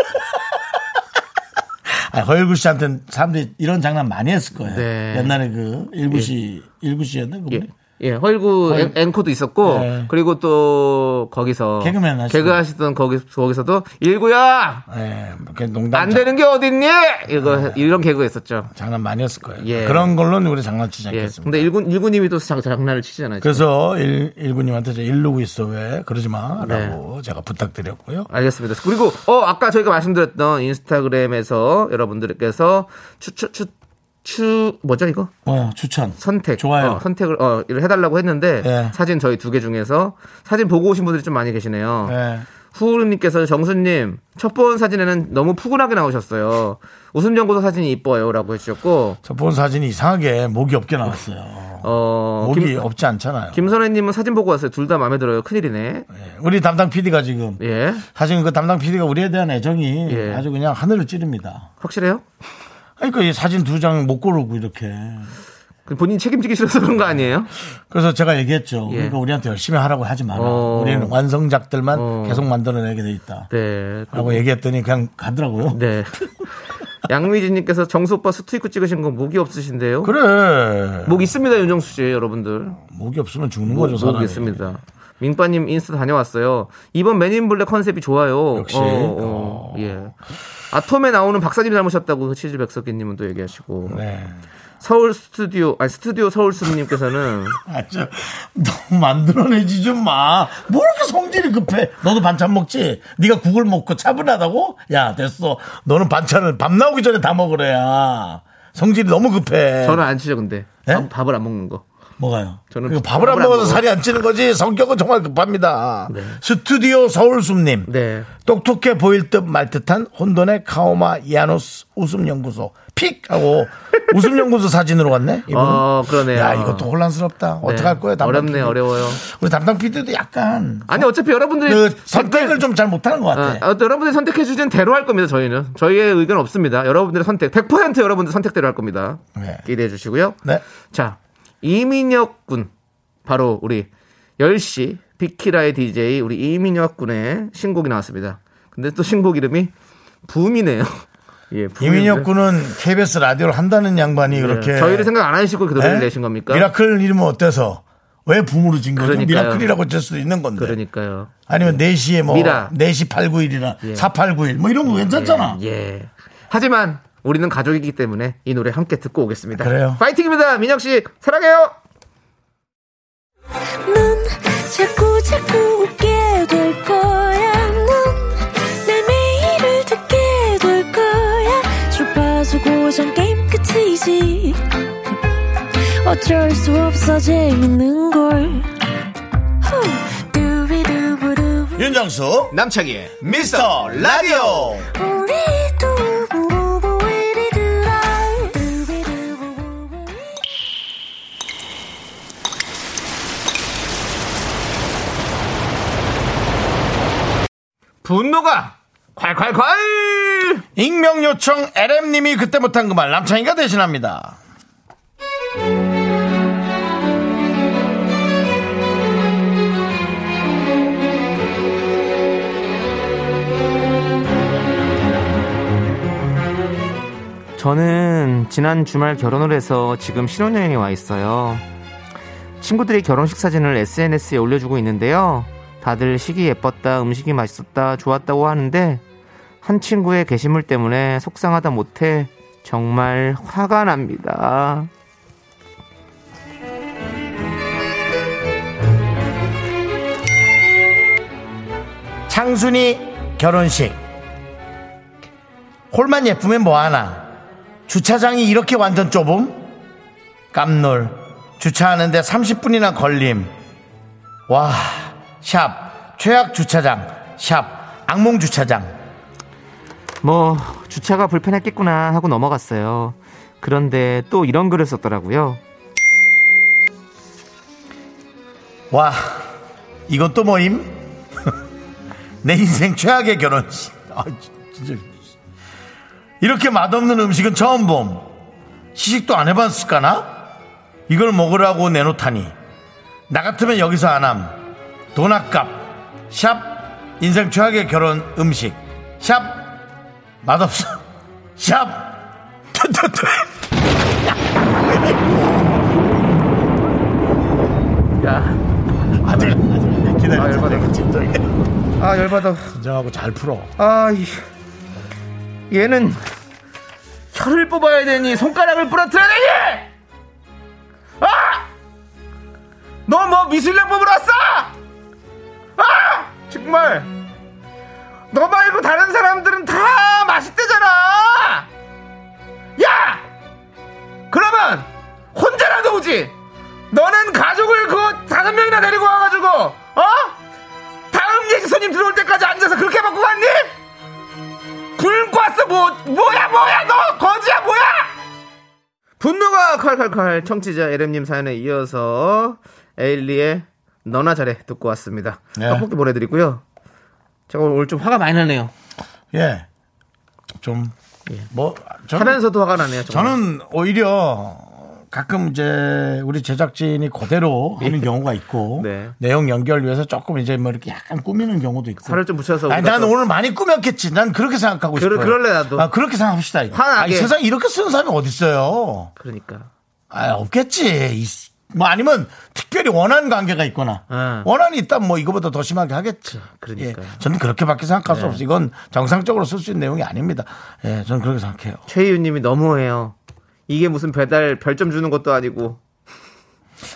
S1: 아, 허일구 씨한테는 사람들이 이런 장난 많이 했을 거예요.
S2: 네.
S1: 옛날에 그 일구 씨, 일구 씨였나? 그분이?
S2: 예. 예, 허일구 앵- 앵커도 있었고,
S1: 예.
S2: 그리고 또, 거기서.
S1: 개그맨 하시던-
S2: 개그 하시던 거기, 거기서도, 일구야!
S1: 예, 그 농담.
S2: 안
S1: 장-
S2: 되는 게 어딨니? 이거,
S1: 네.
S2: 이런 개그 했었죠.
S1: 장난 많이 했을 거예요.
S2: 예.
S1: 그런 걸로는 우리 장난치지
S2: 예.
S1: 않겠습니다.
S2: 근데 일군, 일군님이 또 장, 장난을 치잖아요. 지금.
S1: 그래서 일, 일구님한테 제가 일루고 있어 왜 그러지
S2: 네.
S1: 마라고 제가 부탁드렸고요.
S2: 알겠습니다. 그리고, 어, 아까 저희가 말씀드렸던 인스타그램에서 여러분들께서 추, 추, 추, 추, 뭐죠, 이거?
S1: 어 추천.
S2: 선택.
S1: 좋아요.
S2: 어, 선택을, 어, 이를 해달라고 했는데,
S1: 예.
S2: 사진 저희 두 개 중에서 사진 보고 오신 분들이 좀 많이 계시네요.
S1: 예.
S2: 후우님께서 정수님 첫 번 사진에는 너무 푸근하게 나오셨어요. 웃음 연구소 사진이 이뻐요라고 해주셨고
S1: 저 본 사진이 이상하게 목이 없게 나왔어요.
S2: 어
S1: 목이
S2: 김,
S1: 없지 않잖아요.
S2: 김선혜님은 사진 보고 왔어요. 둘 다 마음에 들어요. 큰일이네.
S1: 예. 우리 담당 PD가 지금
S2: 예
S1: 사실 그 담당 PD가 우리에 대한 애정이
S2: 예.
S1: 아주 그냥 하늘을 찌릅니다.
S2: 확실해요?
S1: 그러니까 이 사진 두 장 못 고르고 이렇게.
S2: 그 본인 이 책임지기 싫어서 그런 거 아니에요?
S1: 그래서 제가 얘기했죠.
S2: 예.
S1: 그러니까 우리한테 열심히 하라고 하지 마라.
S2: 어.
S1: 우리는 완성작들만
S2: 어.
S1: 계속 만들어내게 돼 있다.
S2: 네.
S1: 라고 얘기했더니 그냥 가더라고요.
S2: 네. 양미진님께서 정수 오빠 스투 입고 찍으신 건 목이 없으신데요?
S1: 그래.
S2: 목 있습니다 윤정수 씨 여러분들.
S1: 목이 없으면 죽는
S2: 목,
S1: 거죠, 사람이.
S2: 목 있습니다. 민빠님 인스타 다녀왔어요. 이번 맨인블랙 컨셉이 좋아요. 어,
S1: 역시. 어.
S2: 예. 아톰에 나오는 박사님 닮으셨다고 그 치즈 백석기님은 또 얘기하시고
S1: 네.
S2: 서울 스튜디오 아니
S1: <laughs>
S2: 스튜디오 서울숲님께서는
S1: 아, 저, 너무 만들어내지 좀 마. 뭐 이렇게 성질이 급해? 너도 반찬 먹지? 네가 국을 먹고 차분하다고? 야, 됐어. 너는 반찬을 밤 나오기 전에 다 먹으래야. 성질이 너무 급해.
S2: 저는 안 치죠 근데
S1: 네?
S2: 밥- 밥을 안 먹는 거.
S1: 뭐가요?
S2: 저는
S1: 그 밥을 안
S2: 밥을 안
S1: 먹어서
S2: 먹어요.
S1: 살이 안 찌는 거지. 성격은 정말 급합니다.
S2: 네.
S1: 스튜디오 서울숲님.
S2: 네.
S1: 똑똑해 보일 듯 말 듯한 혼돈의 카오마 야노스 웃음연구소. 픽! 하고 웃음연구소 사진으로 왔네? 이분
S2: 어 그러네요. 네.
S1: 야, 이것도 혼란스럽다. 어떡할 거예요, 담당
S2: 어렵네
S1: PD?
S2: 어려워요.
S1: 우리 담당 PD도 약간
S2: 아니 어차피 여러분들이
S1: 그 선택을 네. 좀 잘 못하는 것
S2: 아,
S1: 같아.
S2: 아, 또 여러분들이 선택해 주신 대로 할 겁니다. 저희는 저희의 의견 없습니다. 여러분들의 선택 100% 여러분들 선택대로 할 겁니다.
S1: 네.
S2: 기대해 주시고요.
S1: 네.
S2: 자, 이민혁 군. 바로 우리 10시 비키라의 DJ 우리 이민혁 군의 신곡이 나왔습니다. 근데 또 신곡 이름이 붐이네요. <laughs> 예, 붐인데.
S1: 이민혁 군은 KBS 라디오를 한다는 양반이
S2: 예,
S1: 그렇게
S2: 저희를 생각 안 하시고 그 노래를
S1: 네?
S2: 내신 겁니까?
S1: 미라클 이름은 어때서 왜 붐으로 진 거죠?
S2: 그러니까요.
S1: 미라클이라고 질 수도 있는 건데.
S2: 그러니까요.
S1: 아니면 4시에 뭐
S2: 미라.
S1: 4시 891이나 4891 뭐 이런 거 괜찮잖아.
S2: 예. 하지만 우리는 가족이기 때문에 이 노래 함께 듣고 오겠습니다.
S1: 그래요.
S2: 파이팅입니다. 민혁 씨 사랑해요.
S4: 넌 자꾸 자꾸 웃게 될 거야. 넌내 매일을 듣게 될 거야. 주파수 고정 게임 끝이지. 어쩔 수 없어 재밌는 걸. 후. 두비두부두.
S2: 예.
S1: 윤정수
S3: 남창희의
S1: 미스터 라디오.
S4: 우리 두부부부 우리 두라. 두비두부부부.
S2: 분노가 콸콸콸!
S1: 익명 요청 LM 님이 그때 못한 그 말 남창이가 대신합니다.
S2: 저는 지난 주말 결혼을 해서 지금 신혼여행에 와 있어요. 친구들이 결혼식 사진을 SNS에 올려주고 있는데요. 다들 식이 예뻤다, 음식이 맛있었다, 좋았다고 하는데 한 친구의 게시물 때문에 속상하다 못해 정말 화가 납니다.
S1: 창순이 결혼식 홀만 예쁘면 뭐하나 주차장이 이렇게 완전 좁음 깜놀 주차하는데 30분이나 걸림 와 샵 최악 주차장 샵 악몽 주차장
S2: 뭐 주차가 불편했겠구나 하고 넘어갔어요. 그런데 또 이런 글을 썼더라고요.
S1: 와 이건 또 뭐임? <laughs> 내 인생 최악의 결혼식 아, 진짜. 이렇게 맛없는 음식은 처음 봄 시식도 안 해봤을까나? 이걸 먹으라고 내놓다니 나 같으면 여기서 안함 돈 아깝 샵 인생 최악의 결혼 음식 샵 맛없어 <laughs> 샵 뚜뚜뚜.
S2: 야,
S1: 아들 아들 기다려
S2: 아, 열받아.
S1: 진정해
S2: 아 열받아.
S1: 진정하고 잘 풀어
S2: 아, 이, 얘는 혀를 뽑아야 되니 손가락을 부러뜨려야 되니! 아! 너 뭐 미술력 뽑으러 왔어? 아! 정말 너 말고 다른 사람들은 다 맛있대잖아. 야! 그러면 혼자라도 오지. 너는 가족을 그 다섯 명이나 데리고 와가지고 어? 다음 예식 손님 들어올 때까지 앉아서 그렇게 먹고 갔니? 굶고 왔어 뭐 뭐야 뭐야 너 거지야 뭐야? 분노가 칼칼칼 청취자 에렘님 사연에 이어서 에일리의 너나 잘해 듣고 왔습니다.
S1: 네.
S2: 떡볶이 보내드리고요. 제가 오늘 좀 화가 많이 나네요.
S1: 예. 좀, 뭐, 저는,
S2: 하면서도 화가 나네요. 정말.
S1: 저는 오히려 가끔 이제 우리 제작진이 그대로 하는 경우가 있고
S2: 예. 네.
S1: 내용 연결 위해서 조금 이제 뭐 이렇게 약간 꾸미는 경우도 있고.
S2: 살을 좀 붙여서
S1: 아니,
S2: 우리가
S1: 난
S2: 또-
S1: 오늘 많이 꾸몄겠지. 난 그렇게 생각하고
S2: 그러-
S1: 싶어요.
S2: 그럴래, 나도.
S1: 아, 그렇게 생각합시다. 이거.
S2: 화나게.
S1: 아니, 세상 이렇게 쓰는 사람이 어딨어요.
S2: 그러니까
S1: 아, 없겠지. 이 씨- 뭐 아니면 특별히 원한 관계가 있거나
S2: 아.
S1: 원한이 있다면 뭐 이거보다 더 심하게 하겠지.
S2: 그러니까.
S1: 예, 저는 그렇게밖에 생각할
S2: 네.
S1: 수 없어. 이건 정상적으로 쓸 수 있는 내용이 아닙니다. 예, 저는 그렇게 생각해요.
S2: 최희윤님이 너무해요. 이게 무슨 배달 별점 주는 것도 아니고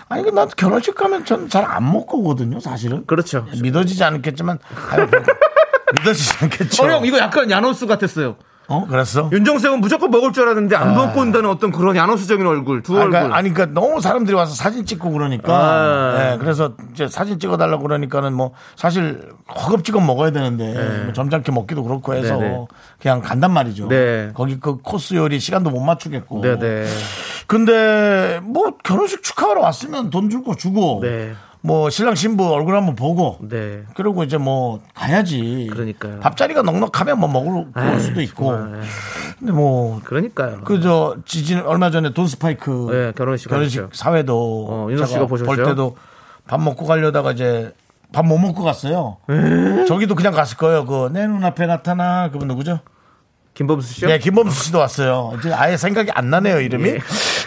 S1: 아니, 근데 나도 결혼식 가면 전 잘 안 먹고 오거든요, 사실은.
S2: 그렇죠.
S1: 믿어지지 않겠지만. 아유, 뭐, <laughs> 믿어지지 않겠죠.
S2: 어, 형, 이거 약간 야노스 같았어요. 아.
S1: 어, 그랬어?
S2: 윤정수 형은 무조건 먹을 줄 알았는데 안 먹고 온다는 어떤 그런 야노스적인 얼굴, 두
S1: 아,
S2: 얼굴.
S1: 그러니까, 아니, 그러니까 너무 사람들이 와서 사진 찍고 그러니까.
S2: 아.
S1: 예, 그래서 이제 사진 찍어달라고 그러니까는 뭐 사실 허겁지겁 먹어야 되는데 뭐 점잖게 먹기도 그렇고 해서
S2: 네. 네네.
S1: 그냥 간단 말이죠.
S2: 네.
S1: 거기 그 코스 요리 시간도 못 맞추겠고.
S2: 네네.
S1: 근데 뭐 결혼식 축하하러 왔으면 돈 줄 거 주고.
S2: 네.
S1: 뭐 신랑 신부 얼굴 한번 보고.
S2: 네.
S1: 그리고 이제 뭐 가야지.
S2: 그러니까요.
S1: 밥자리가 넉넉하면 뭐 먹으러 올
S2: 에이,
S1: 수도 있고.
S2: 정말, 예.
S1: 근데 뭐
S2: 그러니까요.
S1: 그저 지진 얼마 전에 돈 스파이크
S2: 네, 결혼식 하셨죠.
S1: 사회도
S2: 어, 윤호
S1: 제가
S2: 씨가 보셨죠?
S1: 볼 때도 밥 먹고 가려다가 이제 밥 못 먹고 갔어요. 저기도 그냥 갔을 거예요. 그 내 눈앞에 나타나 그분 누구죠?
S2: 김범수 씨요?
S1: 네, 김범수 씨도 왔어요. 이제 아예 생각이 안 나네요, 이름이.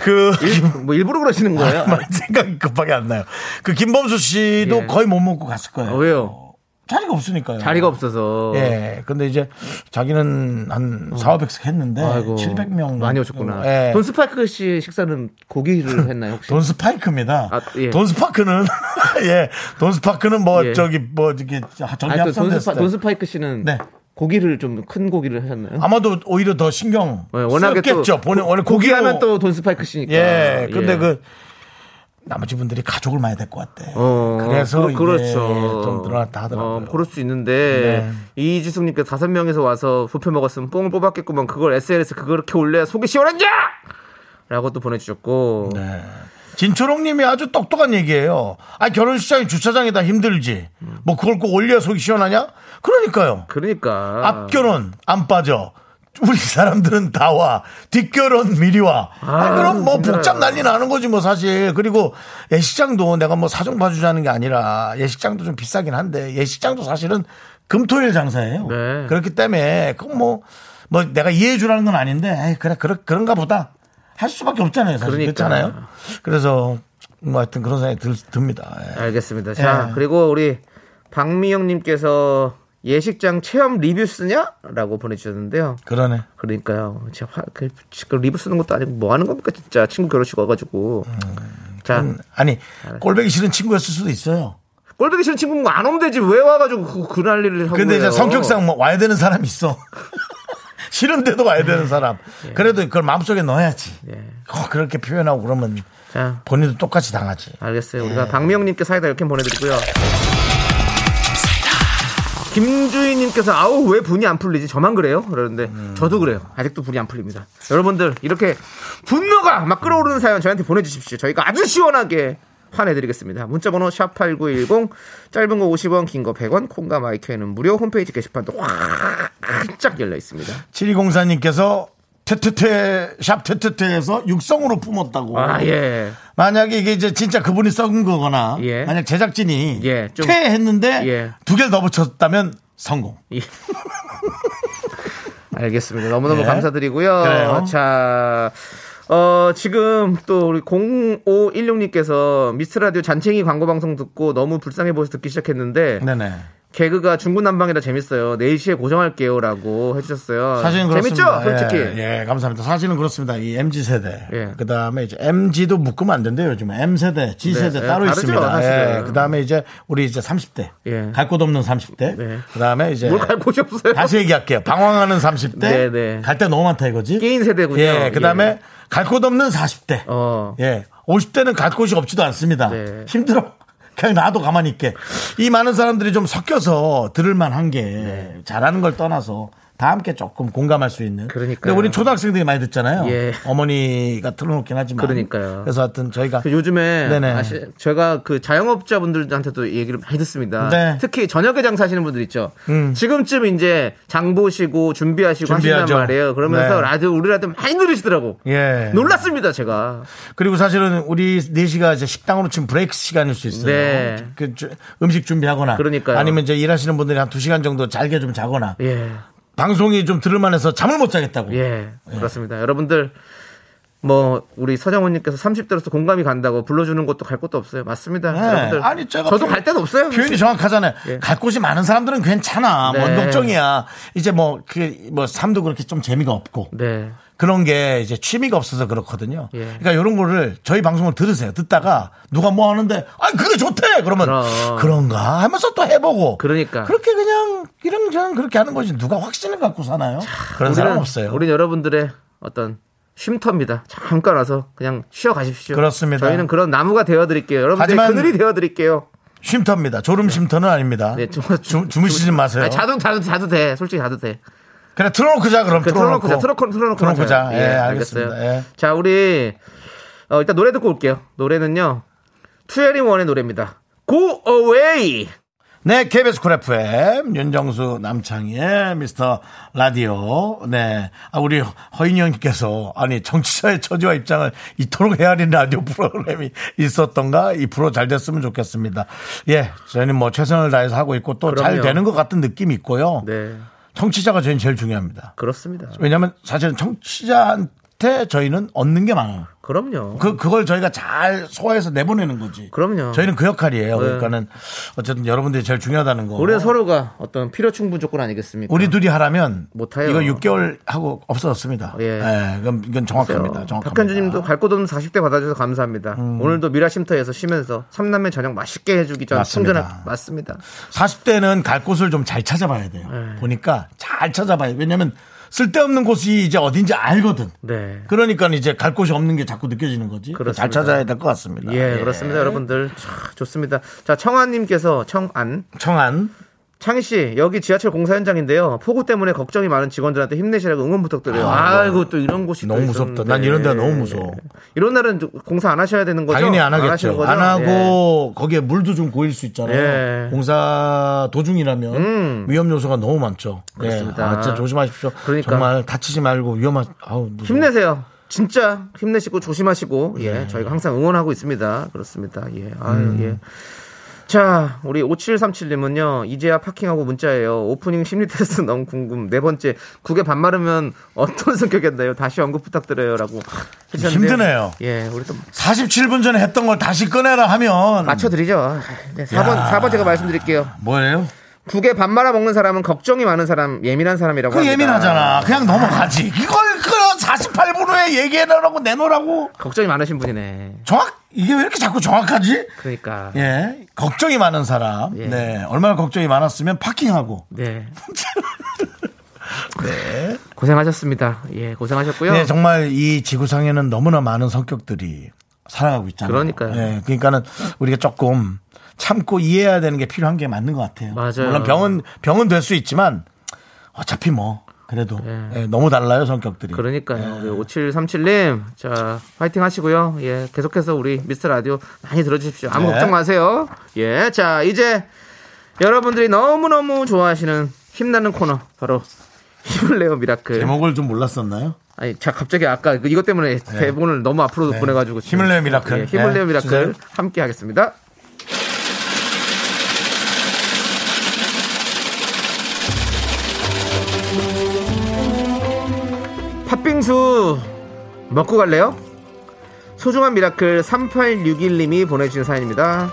S1: 그
S2: 일- 뭐 일부러 그러시는
S1: <laughs>
S2: 예. 거예요?
S1: 생각이 급하게 안 나요. 그 김범수 씨도
S2: 예.
S1: 거의 못 먹고 갔을 거예요.
S2: 아, 왜요?
S1: 자리가 없으니까요.
S2: 자리가 없어서. 어.
S1: 예. 근데 이제 자기는 한 4,500씩 했는데
S2: 아이고.
S1: 700명
S2: 많이 오셨구나.
S1: 예.
S2: 돈 스파크 씨 식사는 고기를 했나요, 혹시?
S1: 돈 스파이크입니다.
S2: 아, 예.
S1: 돈 스파크는 <laughs> 예, 돈 스파크는 뭐
S2: 예.
S1: 저기 뭐 이렇게 전기
S2: 아니, 돈,
S1: 합산됐을
S2: 스파,
S1: 때
S2: 돈 스파이크 씨는
S1: 네.
S2: 고기를 좀 큰 고기를 하셨나요?
S1: 아마도 오히려 더 신경
S2: 네, 워낙에 또
S1: 쓰였겠죠. 본인 원래
S2: 고기
S1: 고기로-
S2: 하면 또 돈 스파이크 씨니까.
S1: 예, 근데
S2: 예.
S1: 그 나머지 분들이 가족을 많이 데리고 왔대.
S2: 어,
S1: 그래서
S2: 그, 렇죠
S1: 이제 좀 늘어났다 하더라고요. 네.
S2: 어, 그럴 수 있는데 이지숙님께 다섯 명에서 와서 부페 먹었으면 뽕을 뽑았겠구만. 그걸 SNS 그렇게 올려야 속이 시원한냐? 라고 또 보내주셨고.
S1: 네. 진초롱님이 아주 똑똑한 얘기예요. 아 결혼식장이 주차장이다 힘들지. 뭐 그걸 꼭 올려야 속이 시원하냐? 그러니까요.
S2: 그러니까
S1: 앞결혼 안 빠져. 우리 사람들은 다 와. 뒷결혼 미리 와. 아,
S2: 아,
S1: 그럼 뭐
S2: 힘들어요.
S1: 복잡 난리 나는 거지 뭐 사실. 그리고 예식장도 내가 뭐 사정 봐주자는 게 아니라 예식장도 좀 비싸긴 한데 예식장도 사실은 금토일 장사예요.
S2: 네.
S1: 그렇기 때문에 그건 뭐, 뭐 내가 이해해 주라는 건 아닌데 에이, 그래, 그런가 보다. 할 수밖에 없잖아요. 사실.
S2: 그러니까.
S1: 그렇잖아요. 그래서 뭐 하여튼 그런 생각이 들, 듭니다. 예.
S2: 네. 알겠습니다. 자
S1: 예.
S2: 그리고 우리 박미영님께서 예식장 체험 리뷰 쓰냐?라고 보내주셨는데요.
S1: 그러네.
S2: 그러니까요. 제 화, 그, 그 리뷰 쓰는 것도 아니고 뭐 하는 겁니까 진짜 친구 결혼식 와가지고.
S1: 음,
S2: 자 네.
S1: 아니, 꼴보기 싫은 친구였을 수도 있어요.
S2: 꼴보기 싫은 친구는 안 오면 되지 왜 와가지고 그, 그 난리를 하고
S1: 근데 이제
S2: 그래요?
S1: 성격상 뭐 와야 되는 사람이 있어. <laughs> 싫은데도 와야 되는 사람. 그래도 그걸 마음속에 넣어야지.
S2: 예.
S1: 어, 그렇게 표현하고 그러면
S2: 자,
S1: 본인도 똑같이 당하지.
S2: 알겠어요. 우리가
S1: 네.
S2: 박미영님께 사이다 이렇게 보내드리고요. 김주희님께서 아우 왜 분이 안 풀리지 저만 그래요? 그러는데
S1: 음.
S2: 저도 그래요. 아직도 분이 안 풀립니다. 여러분들 이렇게 분노가 막 끓어오르는 사연 저희한테 보내주십시오. 저희가 아주 시원하게 화내드리겠습니다. 문자번호 샵 #8910 짧은 거 50원, 긴 거 100원, 콩과 마이크에는 무료 홈페이지 게시판도 활짝 열려 있습니다.
S1: 7204님께서 퇴퇴퇴, 샵 퇴퇴퇴에서 육성으로 품었다고.
S2: 아 예.
S1: 만약에 이게 이제 진짜 그분이 썩은 거거나
S2: 예.
S1: 만약 제작진이
S2: 예, 좀-
S1: 퇴했는데
S2: 예.
S1: 두 개를 더 붙였다면 성공.
S2: 예. <laughs> 알겠습니다. 너무너무
S1: 예.
S2: 감사드리고요.
S1: 그래요.
S2: 자, 어, 지금 또 우리 0516님께서 미스라디오 잔챙이 광고방송 듣고 너무 불쌍해 보여서 듣기 시작했는데
S1: 네네.
S2: 개그가 중구난방이라 재밌어요. 4시에 고정할게요. 라고 해주셨어요.
S1: 사실은 그렇습니다.
S2: 아, 재밌죠? 솔직히.
S1: 예, 예, 감사합니다. 사실은 그렇습니다. 이 MZ 세대.
S2: 예.
S1: 그 다음에 이제 MG도 묶으면 안 된대요, 요즘. M 세대, G 세대
S2: 네,
S1: 따로
S2: 다르죠,
S1: 있습니다.
S2: 사실은.
S1: 그 다음에 이제 우리 이제 30대.
S2: 예.
S1: 갈 곳 없는 30대.
S2: 네.
S1: 그 다음에 이제.
S2: 뭘갈 곳이 없어요.
S1: 다시 얘기할게요. 방황하는 30대.
S2: 네, 네.
S1: 갈 데 너무 많다 이거지.
S2: 게임 세대군요.
S1: 예, 그 다음에
S2: 예.
S1: 갈 곳 없는 40대.
S2: 어.
S1: 예. 50대는 갈 곳이 없지도 않습니다.
S2: 네.
S1: 힘들어. 그냥 놔도 가만히 있게. 이 많은 사람들이 좀 섞여서 들을만 한게 잘하는 걸 떠나서 다 함께 조금 공감할 수 있는.
S2: 네. 그러니까요.
S1: 근데 우리 초등학생들이 많이 듣잖아요.
S2: 예.
S1: 어머니가 틀어놓긴 하지만.
S2: 그러니까요.
S1: 그래서 하여튼 저희가.
S2: 그 요즘에
S1: 네네.
S2: 아시, 제가 그 자영업자분들한테도 얘기를 많이 듣습니다.
S1: 네. 음.
S2: 특히 저녁에 장사하시는 분들 있죠. 지금쯤 이제 장 보시고 준비하시고
S1: 준비하죠.
S2: 하신단 말이에요. 그러면서
S1: 네.
S2: 라디오 우리 라디오 많이 들으시더라고.
S1: 예.
S2: 놀랐습니다 제가.
S1: 그리고 사실은 우리 4시가 이제 식당으로 치면 브레이크 시간일 수 있어요.
S2: 네.
S1: 그 주- 음식 준비하거나
S2: 그러니까요.
S1: 아니면 이제 일하시는 분들이 한 2시간 정도 잘게 좀 자거나
S2: 예.
S1: 방송이 좀 들을만 해서 잠을 못 자겠다고.
S2: 예. 그렇습니다. 여러분들 뭐 우리 서정훈님께서 30대로서 공감이 간다고 불러주는 것도 갈 곳도 없어요. 맞습니다.
S1: 네.
S2: 여러분들.
S1: 아니, 제가
S2: 저도
S1: 표현-
S2: 갈 데도 없어요.
S1: 표현이 정확하잖아요.
S2: 예.
S1: 갈 곳이 많은 사람들은 괜찮아.
S2: 네.
S1: 원동적이야. 이제 뭐, 그, 뭐, 삶도 그렇게 좀 재미가 없고.
S2: 네.
S1: 그런 게 이제 취미가 없어서 그렇거든요.
S2: 예.
S1: 그러니까 이런 거를 저희 방송을 들으세요. 듣다가 누가 뭐 하는데, 아, 그게 좋대! 그러면
S2: 그럼.
S1: 그런가 하면서 또 해보고.
S2: 그러니까.
S1: 그렇게 그냥, 이런저런 그렇게 하는 거지. 누가 확신을 갖고 사나요? 그런 사람 없어요.
S2: 우린 여러분들의 어떤 쉼터입니다. 잠깐 와서 그냥 쉬어 가십시오.
S1: 그렇습니다.
S2: 저희는 그런 나무가 되어 드릴게요. 여러분들
S1: 하지만-
S2: 그늘이 되어 드릴게요.
S1: 쉼터입니다. 졸음 쉼터는 아닙니다.
S2: 네, 좀-
S1: 주, 주무시지 마세요.
S2: 아니, 자도 자도 자도 돼. 솔직히 자도 돼.
S1: 그냥 틀어놓고 자, 그럼.
S2: 그 틀어놓고 자. 틀어놓고 틀어놓고
S1: 틀어놓고 자.
S2: 자요.
S1: 예, 알겠습니다.
S2: 알겠어요.
S1: 예.
S2: 자, 우리 어, 일단 노래 듣고 올게요. 노래는요. 투애니원의 노래입니다. Go away.
S1: 네, KBS 쿨 FM, 윤정수 남창희의 미스터 라디오. 네. 아, 우리 허인영 님께서, 아니, 정치자의 처지와 입장을 이토록 헤아린 라디오 프로그램이 있었던가? 이 프로 잘 됐으면 좋겠습니다. 예, 저희는 뭐 최선을 다해서 하고 있고 또 잘
S2: 그럼요.
S1: 되는 것 같은 느낌이 있고요.
S2: 네.
S1: 정치자가 저희는 제일 중요합니다.
S2: 그렇습니다.
S1: 왜냐면 사실은 정치자한테 저희는 얻는 게 많아요.
S2: 그럼요.
S1: 그, 그걸 저희가 잘 소화해서 내보내는 거지.
S2: 그럼요. 네.
S1: 저희는 그 역할이에요. 그러니까는 어쨌든 여러분들이 제일 중요하다는 거.
S2: 우리는 서로가 어떤 필요 충분 조건 아니겠습니까?
S1: 우리 둘이 하라면
S2: 네. 못해요.
S1: 이거 6개월 하고 없어졌습니다.
S2: 예.
S1: 예, 그건, 이건 정확합니다. 정확합니다.
S2: 어,
S1: 음.
S2: 박현주님도 갈 곳 없는 40대 받아줘서 감사합니다. 오늘도 미라 쉼터에서 쉬면서 삼남매 저녁 맛있게 해주기 전
S1: 맞습니다.
S2: 충전합 맞습니다.
S1: 40대는 갈 곳을 좀 잘 찾아봐야 돼요.
S2: 예.
S1: 보니까 잘 찾아봐요. 왜냐면 쓸데없는 곳이 이제 어딘지 알거든.
S2: 네.
S1: 그러니까 이제 갈 곳이 없는 게 자꾸 느껴지는 거지.
S2: 그렇습니다.
S1: 잘 찾아야 될 것 같습니다.
S2: 예, 그렇습니다, 여러분들. 참 좋습니다. 자, 청아님께서 청안
S1: 청한.
S2: 창희 씨 여기 지하철 공사 현장인데요. 폭우 때문에 걱정이 많은 직원들한테 힘내시라고 응원 부탁드려요. 아이고, 또 이런 곳이 또
S1: 너무 무섭다.
S2: 있었는데.
S1: 난 이런 데가 너무 무서워.
S2: 이런 날은 좀 공사 안 하셔야 되는 거죠?
S1: 당연히 안
S2: 하시는
S1: 하겠죠.
S2: 거죠?
S1: 안, 하고 거기에 물도 좀 고일 수 있잖아요.
S2: 예. 음.
S1: 공사 도중이라면 위험 요소가 너무 많죠. 예.
S2: 그렇습니다.
S1: 아, 진짜 조심하십시오.
S2: 그러니까.
S1: 정말 다치지 말고 위험한. 아우, 무서워.
S2: 무서워. 힘내세요. 진짜 힘내시고 조심하시고
S1: 네.
S2: 예, 저희가 항상 응원하고 있습니다. 그렇습니다. 예. 아,
S1: 음.
S2: 예. 자, 우리 5737님은요, 이제야 파킹하고 문자예요. 오프닝 심리 테스트 <laughs> 너무 궁금. 네 번째, 국에 밥 마르면 어떤 성격이었나요? 다시 언급 부탁드려요. 라고. 해주셨는데요.
S1: 힘드네요.
S2: 예, 우리 또
S1: 47분 전에 했던 걸 다시 꺼내라 하면
S2: 맞춰드리죠. 네, 4번,
S1: 야.
S2: 4번 제가 말씀드릴게요.
S1: 뭐예요?
S2: 국에 밥 말아 먹는 사람은 걱정이 많은 사람, 예민한 사람이라고.
S1: 그
S2: 합니다.
S1: 예민하잖아. 그냥 넘어가지. 이걸 그 48분 후에 얘기해라고 내놓으라고
S2: 걱정이 많으신 분이네.
S1: 정확 이게 왜 이렇게 자꾸 정확하지?
S2: 그러니까.
S1: 예, 걱정이 많은 사람.
S2: 예.
S1: <laughs> 네, 얼마나 걱정이 많았으면 파킹하고
S2: 네. 고생하셨습니다. 예, 고생하셨고요.
S1: 네, 정말 이 지구상에는 너무나 많은 성격들이 살아가고 있잖아요.
S2: 그러니까요.
S1: 네, 그러니까는 우리가 조금 참고 이해해야 되는 게 필요한 게 맞는 것 같아요.
S2: 맞아요.
S1: 물론 병은 병은 될 수 있지만 어차피 뭐 그래도 예, 너무 달라요 성격들이. 네.
S2: 그러니까요. 5737님, 자, 파이팅 하시고요. 예, 계속해서 우리 미스터 라디오 많이 들어주십시오. 아무
S1: 네.
S2: 걱정 마세요. 예, 자, 이제 여러분들이 너무너무 좋아하시는 힘나는 코너, 바로 <laughs> 힘을 내요 미라클.
S1: 제목을 좀 몰랐었나요?
S2: 아니, 자, 갑자기 아까 그 이것 때문에 대본을 너무 앞으로 보내가지고.
S1: 힘을 내요 네. 미라클.
S2: 예, 힘을
S1: 네,
S2: 내요 미라클.
S1: 주세요.
S2: 함께 하겠습니다. 팥빙수 먹고 갈래요? 소중한 미라클 3861님이 보내주신 사연입니다.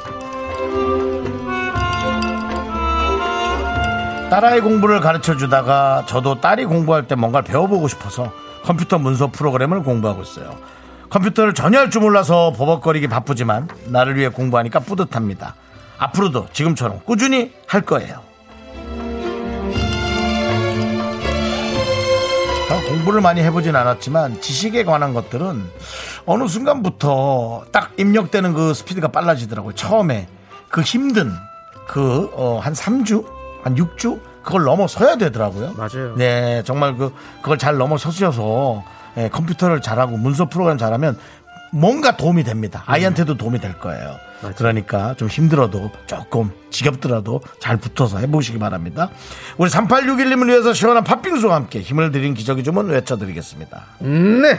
S1: 딸아이 공부를 가르쳐 주다가 저도 딸이 공부할 때 뭔가를 배워보고 싶어서 컴퓨터 문서 프로그램을 공부하고 있어요. 컴퓨터를 전혀 할 줄 몰라서 버벅거리기 바쁘지만 나를 위해 공부하니까 뿌듯합니다. 앞으로도 지금처럼 꾸준히 할 거예요. 제가 공부를 많이 해보진 않았지만 지식에 관한 것들은 어느 순간부터 딱 입력되는 그 스피드가 빨라지더라고요. 처음에 그 힘든 그 한 3주, 한 6주 그걸 넘어서야 되더라고요.
S2: 맞아요.
S1: 네, 정말 그 그걸 잘 넘어서셔서 예, 컴퓨터를 잘하고 문서 프로그램 잘하면 뭔가 도움이 됩니다. 아이한테도 도움이 될 거예요.
S2: 네. 맞아요.
S1: 그러니까 좀 힘들어도 조금 지겹더라도 잘 붙어서 해보시기 바랍니다. 우리 3861님을 위해서 시원한 팥빙수와 함께 힘을 드린 기적의 주문 외쳐드리겠습니다.
S2: 네!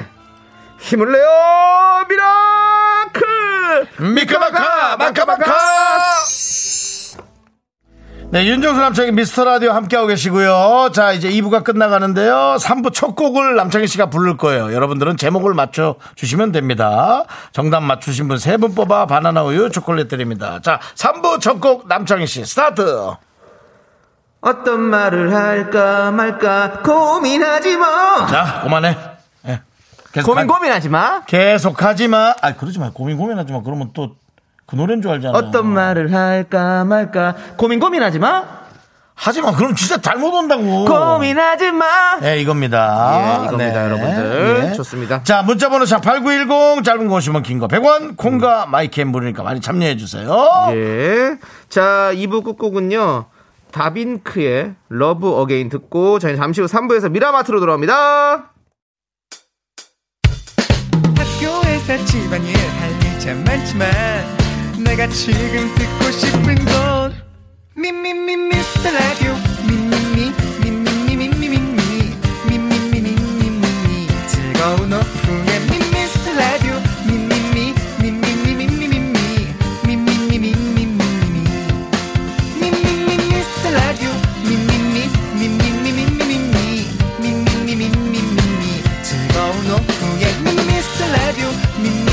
S2: 힘을 내요 미라클!
S1: 미카마카 마카마카 네 윤정수 남창희 미스터라디오 함께하고 계시고요 자 이제 2부가 끝나가는데요 3부 첫 곡을 남창희 씨가 부를 거예요 여러분들은 제목을 맞춰주시면 됩니다 정답 맞추신 분 세 분 뽑아 바나나 우유 초콜릿 드립니다 자 3부 첫 곡 남창희 씨 스타트
S2: 어떤 말을 할까 말까 고민하지 마.
S1: 자 그만해 예. 계속
S2: 고민
S1: 가-
S2: 고민하지 마.
S1: 계속하지마 아 그러지 마 고민 고민하지마 그러면 또 그 노래인 줄 알잖아
S2: 어떤 말을 할까 말까 고민 고민하지 마.
S1: 하지마 그럼 진짜 잘못 온다고
S2: 고민하지 마.
S1: 네, 이겁니다. 네. 예.
S2: 예, 어. 이겁니다, 여러분들. 좋습니다.
S1: 자, 문자번호 샵 8910, 짧은 거 50원, 긴 거 100원, 콩과 마이크 앤 무료니까 많이 참여해주세요.
S2: 예. 자, 2부 끝곡은요. 다빈크의 러브 어게인 듣고 저희 는 잠시 후 3부에서 미라마트로 돌아옵니다.
S5: 학교에서 집안일 할 일 참 많지만 내가 지금 듣고 싶은 건 미미미 미스터 라디오 미미미 미미미 미미미 미미미 미미미 즐거운 오픈에 미스터 라디오 미미미 미미미 미미미 미미미 미미미 미미미 미스터 라디오 미미미 미미미 미미미 미미미 미미미 즐거운 오후에 미스터 라디오 미미미 미미미 미미미 미미미 미미미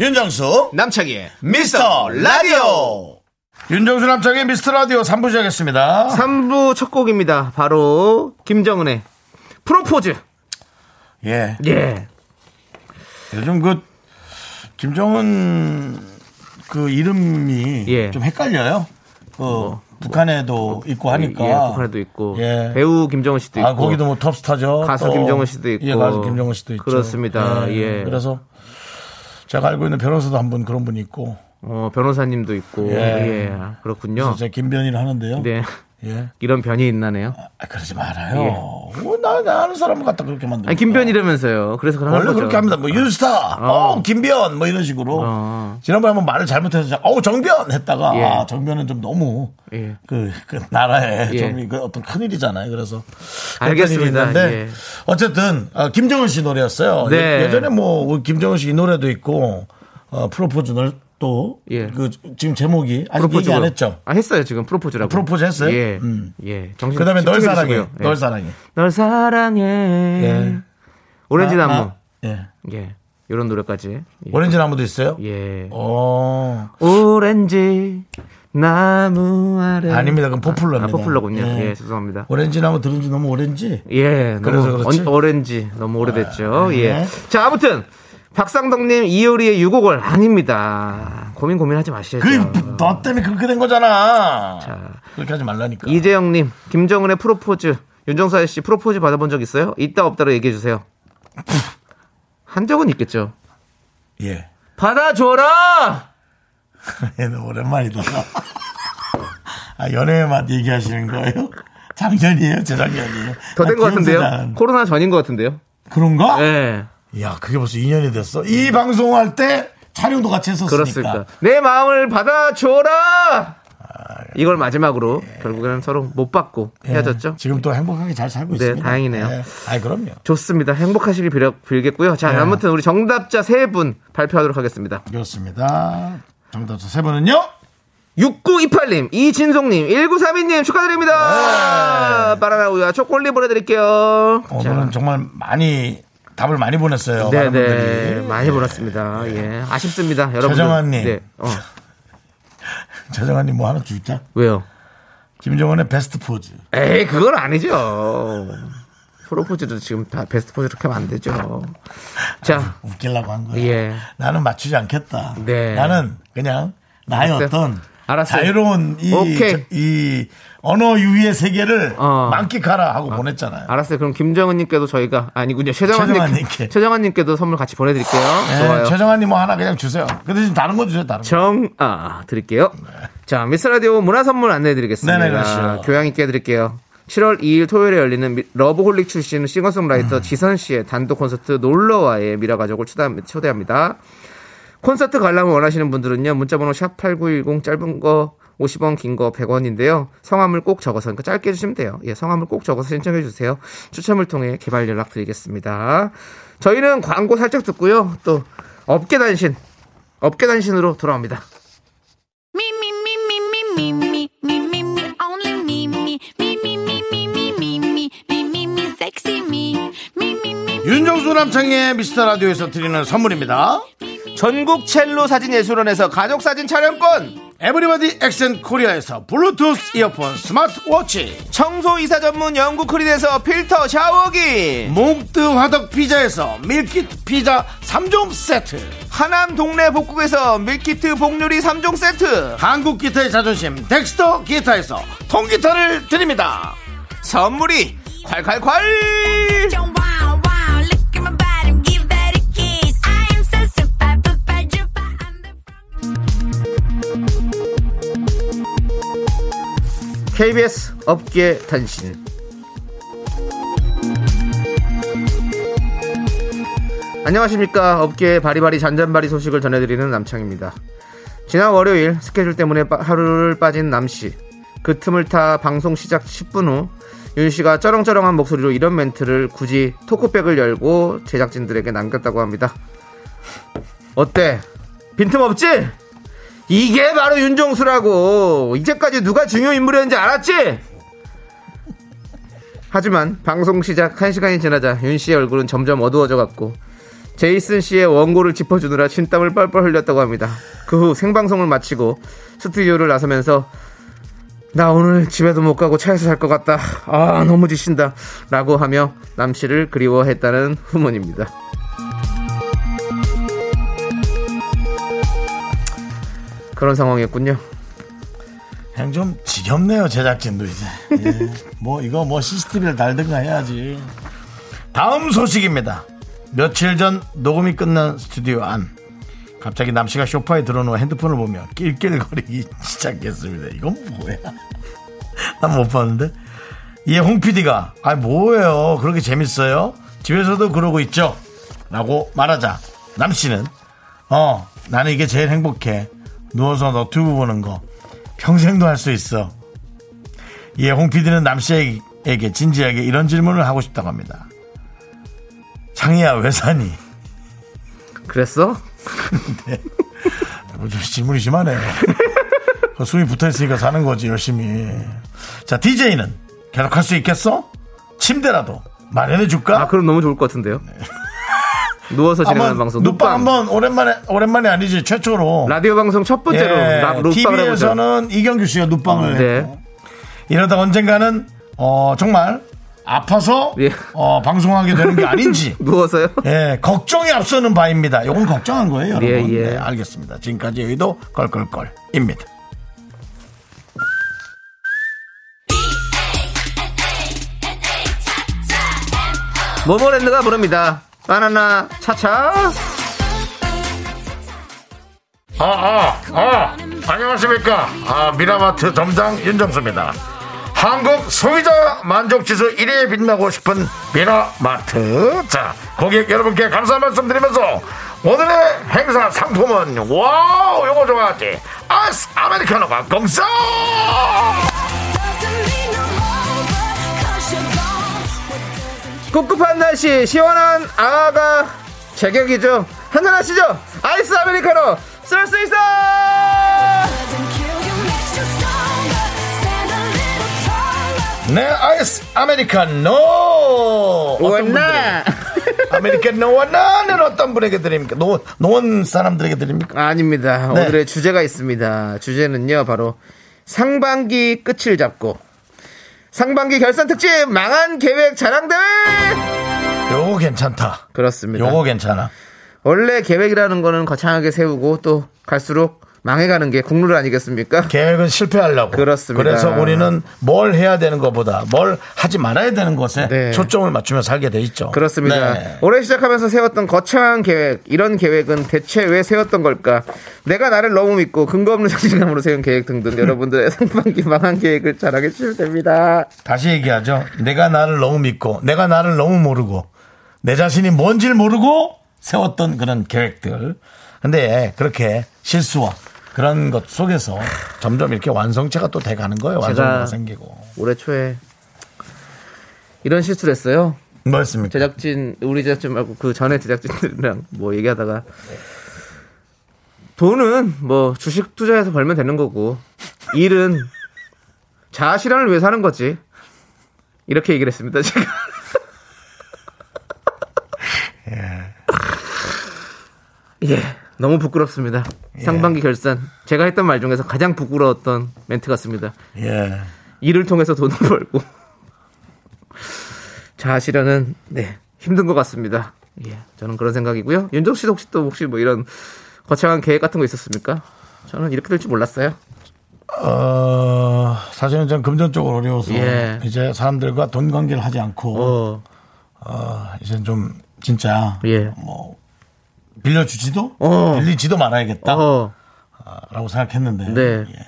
S1: 윤정수,
S2: 남창희의
S1: 미스터 라디오. 윤정수 남창의 미스터 라디오 3부 시작했습니다.
S2: 3부 첫 곡입니다. 바로 김정은의 프로포즈.
S1: 예.
S2: 예.
S1: 요즘 그, 김정은 그 이름이
S2: 예. 뭐,
S1: 좀 헷갈려요. 그, 북한에도 있고 하니까.
S2: 예, 북한에도 있고
S1: 예.
S2: 배우 김정은 씨도 있고
S1: 아, 거기도 뭐 톱스타죠.
S2: 가수
S1: 또.
S2: 김정은 씨도 있고.
S1: 예, 가수 김정은 씨도 있죠.
S2: 그렇습니다. 예.
S1: 그래서 제가 알고 있는 변호사도 한 분 그런 분이 있고.
S2: 어, 변호사님도 있고
S1: 예.
S2: 예, 그렇군요.
S1: 그래서 제가 김변이를 하는데요.
S2: 네 <laughs>
S1: 예.
S2: 이런 변이 있나네요.
S1: 아, 그러지 말아요. 뭐, 나, 나 아는 사람을 갖다 그렇게 만들어.
S2: 예. 아니 김변 이라면서요. 그래서 그런
S1: 원래
S2: 거죠.
S1: 그렇게 합니다. 뭐, 윤스타, 어.
S2: 어.
S1: 김변, 뭐, 이런 식으로.
S2: 어.
S1: 지난번에 한번 말을 잘못해서, 어우, 정변! 했다가,
S2: 예.
S1: 아, 정변은 좀 너무,
S2: 예.
S1: 그, 그 나라에
S2: 예.
S1: 좀, 이거 어떤 큰일이잖아요. 그래서.
S2: 알겠습니다.
S1: 그런 일이 있는데
S2: 예.
S1: 어쨌든, 어, 김정은 씨 노래였어요.
S2: 네.
S1: 예, 예전에 뭐, 우리 김정은 씨 이 노래도 있고, 어, 프로포즈 널 또,
S2: 예.
S1: 그, 지금 제목이, 아직
S2: 프로포즈
S1: 얘기 안 했죠.
S2: 아 했어요 지금 프로포즈라고.
S1: 프로포즈 했어요?
S2: 예.
S1: 음.
S2: 예. 정신.
S1: 그 다음에 널
S2: 집중해
S1: 사랑해.
S2: 주시고요. 예.
S1: 널 사랑해.
S2: 널 사랑해.
S1: 예.
S2: 오렌지
S1: 나-
S2: 나무.
S1: 나- 예.
S2: 예. 이런 노래까지. 예.
S1: 오렌지 나무도 있어요?
S2: 예.
S1: 어.
S2: 오렌지 나무 아래.
S1: 아닙니다. 그건 포플러입니다.
S2: 아, 포플러군요.
S1: 예.
S2: 예. 죄송합니다.
S1: 오렌지 나무 들은 지 너무 오렌지?
S2: 예,
S1: 그래서
S2: 너무
S1: 그렇지.
S2: 언- 오렌지 너무 오래됐죠.
S1: 아, 네.
S2: 예. 자, 아무튼 박상덕님 이효리의 유곡을 아닙니다. 고민 고민하지 마시죠.
S1: 그, 너 때문에 그렇게 된 거잖아.
S2: 자.
S1: 그렇게 하지 말라니까.
S2: 이재영님, 김정은의 프로포즈. 윤정사 씨 프로포즈 받아본 적 있어요? 있다 없다로 얘기해 주세요. 한 적은 있겠죠.
S1: 예. <laughs>
S2: 받아줘라.
S1: 얘는 오랜만이다. <laughs> 아, 연애의 맛 얘기하시는 거예요? 작년이에요? 재작년이에요?
S2: 더
S1: 나 아,
S2: 된것
S1: 기억도
S2: 같은데요.
S1: 안-
S2: 코로나 전인 것 같은데요.
S1: 그런가?
S2: 예.
S1: 야, 그게 벌써 2년이 됐어. 이 방송할 때 촬영도 같이 했었으니까.
S2: 그렇습니다. 내 마음을 받아줘라. 이걸 마지막으로 결국에는 서로 못 받고
S1: 예,
S2: 헤어졌죠.
S1: 지금 또 행복하게 잘 살고
S2: 네,
S1: 있습니다.
S2: 다행이네요.
S1: 아, 그럼요.
S2: 좋습니다. 행복하시길 빌, 빌겠고요.
S1: 네.
S2: 자, 아무튼 우리 정답자 세 분 발표하도록 하겠습니다.
S1: 그렇습니다. 정답자 세 분은요?
S2: 6928님, 이진송님, 1932님 축하드립니다. 바나나 우유와 초콜릿 보내드릴게요.
S1: 네. 오늘은 정말 많이 답을 많이 보냈어요.
S2: 네,
S1: 많은
S2: 네.
S1: 분들이. 네.
S2: 많이 보냈습니다. 예. 아쉽습니다. 여러분.
S1: 최정환님.
S2: 네. 어,
S1: 저정한님 뭐 하나 주자.
S2: 왜요?
S1: 김정은의 베스트 포즈.
S2: 에이, 그건 아니죠. 프로포즈도 지금 다 베스트 포즈 이렇게 하면 안 되죠. 자,
S1: 웃기려고 한 거야.
S2: 예.
S1: 나는 맞추지 않겠다.
S2: 네.
S1: 나는 그냥 나의
S2: 알았어요.
S1: 어떤
S2: 알았어요.
S1: 자유로운 이,
S2: 오케이.
S1: 저- 이 언어 유희의 세계를
S2: 어.
S1: 만끽하라 하고 보냈잖아요.
S2: 알았어요. 그럼 김정은님께도 저희가, 아니군요. 최정환님,
S1: 최정환님께.
S2: 최정환님께도 선물 같이 보내드릴게요. 좋아요.
S1: 최정환님 뭐 하나 그냥 주세요. 근데 지금 다른 거 주세요. 다른 거.
S2: 정아 드릴게요. 자, 미스 라디오 문화 선물 안내해 드리겠습니다.
S1: 네네, 그렇죠.
S2: 교양 있게 해 드릴게요. 7월 2일 토요일에 열리는 미- 러브홀릭 출신
S1: 음.
S2: 싱어송라이터 지선 씨의 단독 콘서트 놀러와의 미라 가족을 초대함- 초대합니다. 콘서트 관람을 원하시는 분들은요. 문자 번호 샵8910 짧은 거 50원 긴 거 100원인데요. 성함을 꼭 적어서 그러니까 짧게 해 주시면 돼요. 예, 성함을 꼭 적어서 신청해 주세요. 추첨을 통해 개발 연락 드리겠습니다. 저희는 광고 살짝 듣고요. 또 업계 단신 업계 단신으로 돌아옵니다.
S4: Me, me, me, me, me, me, me, me, me, me, only me, me, me, me, me, me, me, me, me, me, me, me, sexy me, me, me, me.
S1: 음, 윤정수 남창의 미스터 라디오에서 드리는 선물입니다.
S2: 전국 첼로 사진 예술원에서 가족 사진 촬영권,
S1: 에브리바디 엑센 코리아에서 블루투스 이어폰 스마트워치
S2: 청소 이사 전문 영국 크린에서 필터 샤워기,
S1: 몽드 화덕 피자에서 밀키트 피자 3종 세트
S2: 하남 동네 복국에서 밀키트 복요리 3종 세트,
S1: 한국 기타의 자존심 덱스터 기타에서 통기타를 드립니다.
S2: 선물이 콸콸콸!
S4: Don't wow, wow, look at my body, give that a kiss. I am so super, super, duper, I'm the
S2: KBS 업계 단신. 안녕하십니까. 업계의 바리바리 잔잔바리 소식을 전해드리는 남창입니다. 지난 월요일 스케줄 때문에 빠- 하루를 빠진 남씨. 그 틈을 타 방송 시작 10분 후 윤씨가 쩌렁쩌렁한 목소리로 이런 멘트를 굳이 토크백을 열고 제작진들에게 남겼다고 합니다. 어때? 빈틈없지? 이게 바로 윤종수라고 이제까지 누가 중요 인물이었는지 알았지? 하지만 방송 시작 1시간이 지나자 윤 씨의 얼굴은 점점 어두워져 갔고 제이슨 씨의 원고를 짚어주느라 침땀을 뻘뻘 흘렸다고 합니다. 그 후 생방송을 마치고 스튜디오를 나서면서 나 오늘 집에도 못 가고 차에서 잘 것 같다. 아 너무 지친다. 라고 하며 남 씨를 그리워했다는 후문입니다. 그런 상황이었군요.
S1: 그냥 좀 지겹네요 제작진도 이제. 예. 뭐 이거 뭐 CCTV를 달든가 해야지. 다음 소식입니다. 며칠 전 녹음이 끝난 스튜디오 안 갑자기 남씨가 쇼파에 들어놓은 핸드폰을 보며 낄낄거리기 <laughs> 시작했습니다. 이건 뭐야? <laughs> 난 못 봤는데. 예, 홍 PD가 아 뭐예요? 그렇게 재밌어요? 집에서도 그러고 있죠? 라고 말하자 남씨는 어 나는 이게 제일 행복해 누워서 너튜브 보는 거 평생도 할 수 있어 예, 홍 PD는 남씨에게 진지하게 이런 질문을 하고 싶다고 합니다 창희야 왜 사니?
S2: 그랬어?
S1: 뭐 좀 질문이 심하네요 그 숨이 붙어있으니까 사는 거지 열심히 자 DJ는 계속 할 수 있겠어? 침대라도 마련해 줄까?
S2: 아 그럼 너무 좋을 것 같은데요. <laughs> 누워서 진행하는
S1: 한번
S2: 방송
S1: 눕방
S2: 눕방
S1: 한번 오랜만에 오랜만이 아니지 최초로 예,
S2: 라디오 방송 첫 번째로 라- 눕방을 어, 해보죠.
S1: TV에서는 이경규 씨가 눕방을
S2: 네.
S1: 했고 이러다 언젠가는 어, 정말 아파서
S2: 예.
S1: 어, 방송하게 되는 게 아닌지
S2: <laughs> 누워서요?
S1: 예, 걱정이 앞서는 바입니다. 요건 걱정한 거예요, 여러분.
S2: 예, 예.
S1: 네, 알겠습니다. 지금까지 여의도 걸걸걸입니다.
S2: 모모랜드가 부릅니다. 바나나 차차.
S1: 아, 아, 아, 안녕하십니까. 아, 미라마트 점장 윤정수입니다. 한국 소비자 만족지수 1위에 빛나고 싶은 미라마트. 자, 고객 여러분께 감사 말씀 드리면서 오늘의 행사 상품은 와우, 요거 좋아하지. 아이스 아메리카노가 공짜!
S2: 꿉꿉한 날씨 시원한 아가 제격이죠. 한잔하시죠. 아이스 아메리카노 쏠 수 있어.
S1: 네, 아이스 아메리카노!
S2: 원나.
S1: 아메리카노 원나는 어떤 분에게 드립니까? 노원, 노원 사람들에게 드립니까?
S2: 아닙니다.
S1: 네.
S2: 오늘의 주제가 있습니다. 주제는요, 바로 상반기 끝을 잡고 상반기 결산 특집 망한 계획 자랑 대회.
S1: 요거 괜찮다.
S2: 그렇습니다.
S1: 요거 괜찮아.
S2: 원래 계획이라는 거는 거창하게 세우고 또 갈수록 망해가는 게 국룰 아니겠습니까?
S1: 계획은 실패하려고.
S2: 그렇습니다.
S1: 그래서 우리는 뭘 해야 되는 것보다 뭘 하지 말아야 되는 것에
S2: 네.
S1: 초점을 맞추며 살게 돼 있죠.
S2: 그렇습니다.
S1: 네.
S2: 올해 시작하면서 세웠던 거창한 계획, 이런 계획은 대체 왜 세웠던 걸까? 내가 나를 너무 믿고 근거 없는 <laughs> 자신감으로 세운 계획 등등 여러분들의 <laughs> 상반기 망한 계획을 자랑해 주시면 됩니다.
S1: 다시 얘기하죠. 내가 나를 너무 믿고, 내가 나를 너무 모르고, 내 자신이 뭔지를 모르고 세웠던 그런 계획들. 근데 그렇게 실수와 그런 것 속에서 점점 이렇게 완성체가 또 돼가는 거예요. 완성체가 생기고.
S2: 올해 초에 이런 실수를 했어요.
S1: 뭐였습니까?
S2: 제작진 우리 제작진 말고 그 전에 제작진들이랑 뭐 얘기하다가 돈은 뭐 주식 투자해서 벌면 되는 거고 일은 자아 실현을 위해서 하는 거지 이렇게 얘기를 했습니다 제가 예 너무 부끄럽습니다 상반기 결산 제가 했던 말 중에서 가장 부끄러웠던 멘트 같습니다
S1: 예.
S2: 일을 통해서 돈을 <laughs> 벌고 자아실현은 네 힘든 것 같습니다. 예, 저는 그런 생각이고요. 윤정 씨도 혹시 또 혹시 뭐 이런 거창한 계획 같은 거 있었습니까? 저는 이렇게 될 줄 몰랐어요.
S1: 어, 사실은 전 금전적으로 어려워서
S2: 예.
S1: 이제 사람들과 돈 관계를 하지 않고
S2: 어,
S1: 이제 좀 진짜
S2: 예.
S1: 뭐 빌려주지도
S2: 어.
S1: 빌리지도 말아야겠다라고
S2: 어,
S1: 생각했는데
S2: 네.
S1: 예.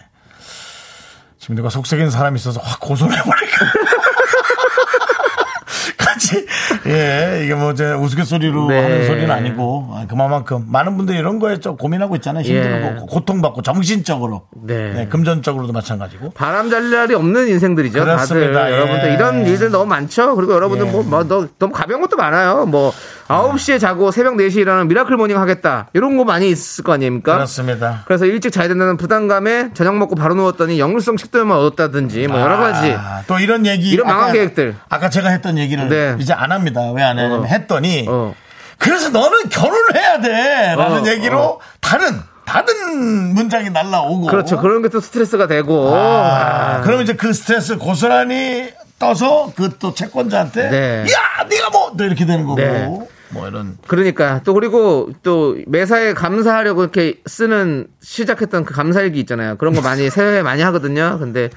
S1: 지금 누가 속색인 사람이 있어서 확 고소를 해버릴까 <laughs> 같이 예 이게 뭐 이제 우스갯소리로
S2: 네.
S1: 하는 소리는 아니고 아, 그만큼 많은 분들이 이런 거에 좀 고민하고 있잖아요 힘들고
S2: 예.
S1: 고통받고 정신적으로도
S2: 네.
S1: 금전적으로도 마찬가지고
S2: 바람 잘 날이 없는 인생들이죠.
S1: 그렇습니다.
S2: 다들
S1: 예.
S2: 여러분들 이런 일들 너무 많죠. 그리고 여러분들
S1: 예.
S2: 뭐, 뭐 너, 너무 가벼운 것도 많아요. 뭐 9시에 자고 새벽 4시에 일어나는 미라클 모닝 하겠다. 이런 거 많이 있을 거 아닙니까?
S1: 그렇습니다
S2: 그래서 일찍 자야 된다는 부담감에 저녁 먹고 바로 누웠더니 역류성 식도염을 얻었다든지 뭐 여러 가지
S1: 아, 또 이런 얘기
S2: 이런 망한 계획들.
S1: 아까 제가 했던 얘기를
S2: 네.
S1: 이제 안 합니다 왜 안
S2: 어.
S1: 해냐면 했더니
S2: 어.
S1: 그래서 너는 결혼해야 돼라는
S2: 어,
S1: 얘기로 다른 다른 문장이 날라오고
S2: 그렇죠. 그런 게 또 스트레스가 되고.
S1: 아, 그럼 이제 그 스트레스 고스란히 떠서 그 또 채권자한테
S2: 네.
S1: 야 네가 뭐 또 이렇게 되는 거고
S2: 네.
S1: 뭐 이런
S2: 그러니까 또 그리고 또 매사에 감사하려고 이렇게 쓰는 시작했던 그 감사일기 있잖아요. 그런 거
S1: <laughs>
S2: 많이 새해에 많이 하거든요. 근데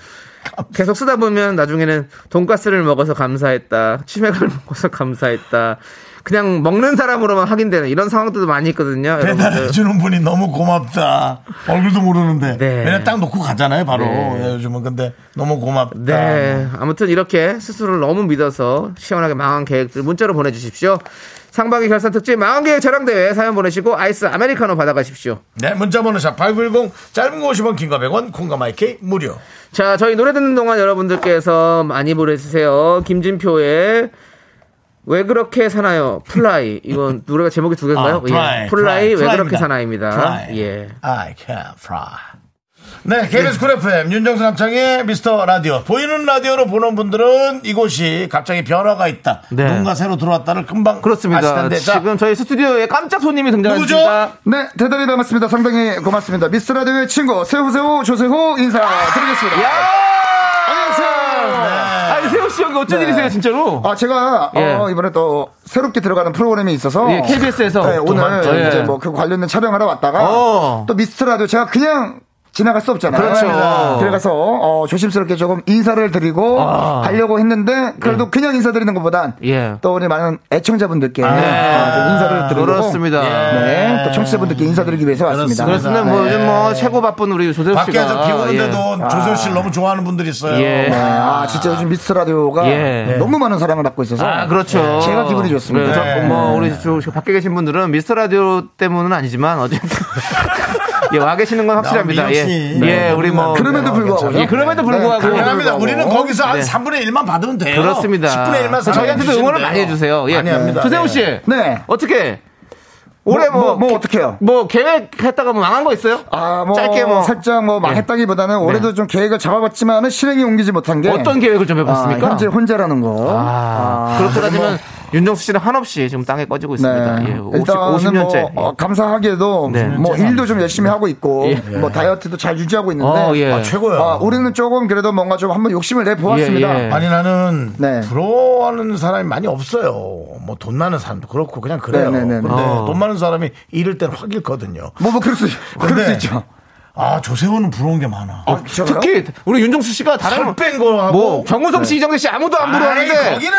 S2: 계속 쓰다 보면 나중에는 돈가스를 먹어서 감사했다. 치맥을 <laughs> 먹어서 감사했다. 그냥 먹는 사람으로만 확인되는 이런 상황들도 많이 있거든요.
S1: 배달해
S2: 여러분들.
S1: 주는 분이 너무 고맙다 얼굴도 모르는데
S2: 네.
S1: 그냥 딱 놓고 가잖아요 바로
S2: 네.
S1: 예, 요즘은 근데 너무 고맙다
S2: 네. 아무튼 이렇게 스스로를 너무 믿어서 시원하게 망한 계획들 문자로 보내주십시오. 상반기 결산 특집 망한 계획 자랑대회 사연 보내시고 아이스 아메리카노 받아가십시오.
S1: 네, 문자번호 샵8910 짧은 거 50원, 긴 거 100원, 콩과 마이케이 무료.
S2: 자, 저희 노래 듣는 동안 여러분들께서 많이 보내주세요. 김진표의 왜 그렇게 사나요? 플라이. 이건 노래가 제목이 두 개인가요?
S1: 아, fly,
S2: 예. 플라이,
S1: fly,
S2: 왜
S1: fly입니다.
S2: 그렇게 사나입니다.
S1: Fly.
S2: 예.
S1: I can fly. 네, KBS 쿨 FM 윤정수 남창의 미스터 라디오. 보이는 라디오로 보는 분들은 이곳이 갑자기 변화가 있다.
S2: 네.
S1: 누군가 새로 들어왔다를 금방 아실
S2: 그렇습니다.
S1: 텐데. 자,
S2: 지금 저희 스튜디오에 깜짝 손님이 등장했습니다.
S1: 누구죠?
S6: 네, 대단히 반갑습니다. 상당히 고맙습니다. 미스터 라디오의 친구, 세호세호, 조세호 인사드리겠습니다.
S2: 야! 네.
S6: 안녕하세요.
S2: 아니, 세호 씨 형이 이거 어쩐
S6: 네.
S2: 일이세요, 진짜로?
S6: 아, 제가
S2: 예.
S6: 어, 이번에 또 새롭게 들어가는 프로그램이 있어서
S2: 예, KBS에서.
S6: 네, 오늘
S2: 도망쳐. 예.
S6: 이제 뭐 그 관련된 촬영하러 왔다가
S2: 어.
S6: 또 미스터라도 제가 그냥 지나갈 수 없잖아요.
S2: 그렇죠.
S6: 그래서 어, 조심스럽게 조금 인사를 드리고
S2: 아.
S6: 가려고 했는데 그래도 그냥 인사드리는 것보단
S2: 예. 아,
S6: 또 우리 많은 애청자분들께 어, 좀 인사를 드리고
S2: 그렇습니다.
S6: 네, 또 청취자분들께 인사드리기 위해서 왔습니다.
S2: 그렇습니다. 뭐 요즘 뭐 최고 바쁜 우리 조세호 씨가
S1: 밖에서 비
S2: 예.
S1: 오는데도 조세호 씨를 너무 좋아하는 분들이 있어요.
S2: 예.
S6: 네, 아, 진짜 요즘 미스 라디오가 네.
S2: 예.
S6: 너무 많은 사랑을 받고 있어서 네,
S2: 아, 그렇죠.
S6: 예. 제가 기분이 좋습니다. 예.
S2: 네, 저- 뭐, 우리 저, 저 밖에 계신 분들은 미스터 라디오 때문은 아니지만, 어쨌든. <laughs> 예, 와 계시는 건 확실합니다. 예.
S1: 미영씨. 네.
S2: 예, 우리 뭐.
S6: 그럼에도 불구하고
S2: 예, 그럼에도 불구하고.
S1: 아, 당연합니다. 우리는 거기서 한
S2: 네.
S1: 3분의 1만 받으면 돼요.
S2: 예, 그렇습니다.
S1: 10분의 1만
S2: 저희한테도 응원을 많이 해주세요. 예.
S1: 많이 합니다.
S2: 조세호 씨.
S6: 네.
S2: 어떻게? 올해 뭐,
S6: 뭐, 뭐 어떡해요?
S2: 뭐 계획했다가 뭐 망한 거 있어요?
S6: 아, 뭐
S2: 짧게 뭐. 네.
S6: 살짝 뭐 망했다기보다는 올해도 좀 계획을 잡아봤지만은 실행이 옮기지 못한 게
S2: 어떤 계획을 좀 해봤습니까?
S6: 아, 현재 혼자라는 거.
S2: 아, 그렇고 따지면 윤정수 씨는 한없이 지금 땅에 꺼지고 있습니다. 예, 50,
S6: 네. 일단은
S2: 50년째.
S6: 뭐 어, 감사하게도
S2: 네.
S6: 뭐 일도 좀 열심히 하고 있고
S2: 예.
S6: 뭐 다이어트도 잘 유지하고 있는데
S2: 어, 예.
S1: 아, 최고야.
S6: 아, 올해는 조금 그래도 뭔가 좀 한번 욕심을 내 보았습니다.
S2: 예, 예.
S1: 아니 나는
S6: 네.
S1: 부러워하는 사람이 많이 없어요. 뭐 돈 많은 사람도 그렇고 그냥 그래요.
S6: 네네네네.
S1: 근데
S2: 어.
S1: 돈 많은 사람이 잃을 땐 확 잃거든요.
S6: 뭐, 뭐 그럴 수 그럴 수
S1: 근데
S6: 있죠.
S1: 아 조세호는 부러운 게 많아.
S6: 아, 저요?
S2: 특히 우리 윤정수 씨가 어, 다른
S1: 뺀거 하고
S2: 뭐 정우성 씨, 이정재 씨 아무도 안
S1: 아니,
S2: 부러워하는데
S1: 거기는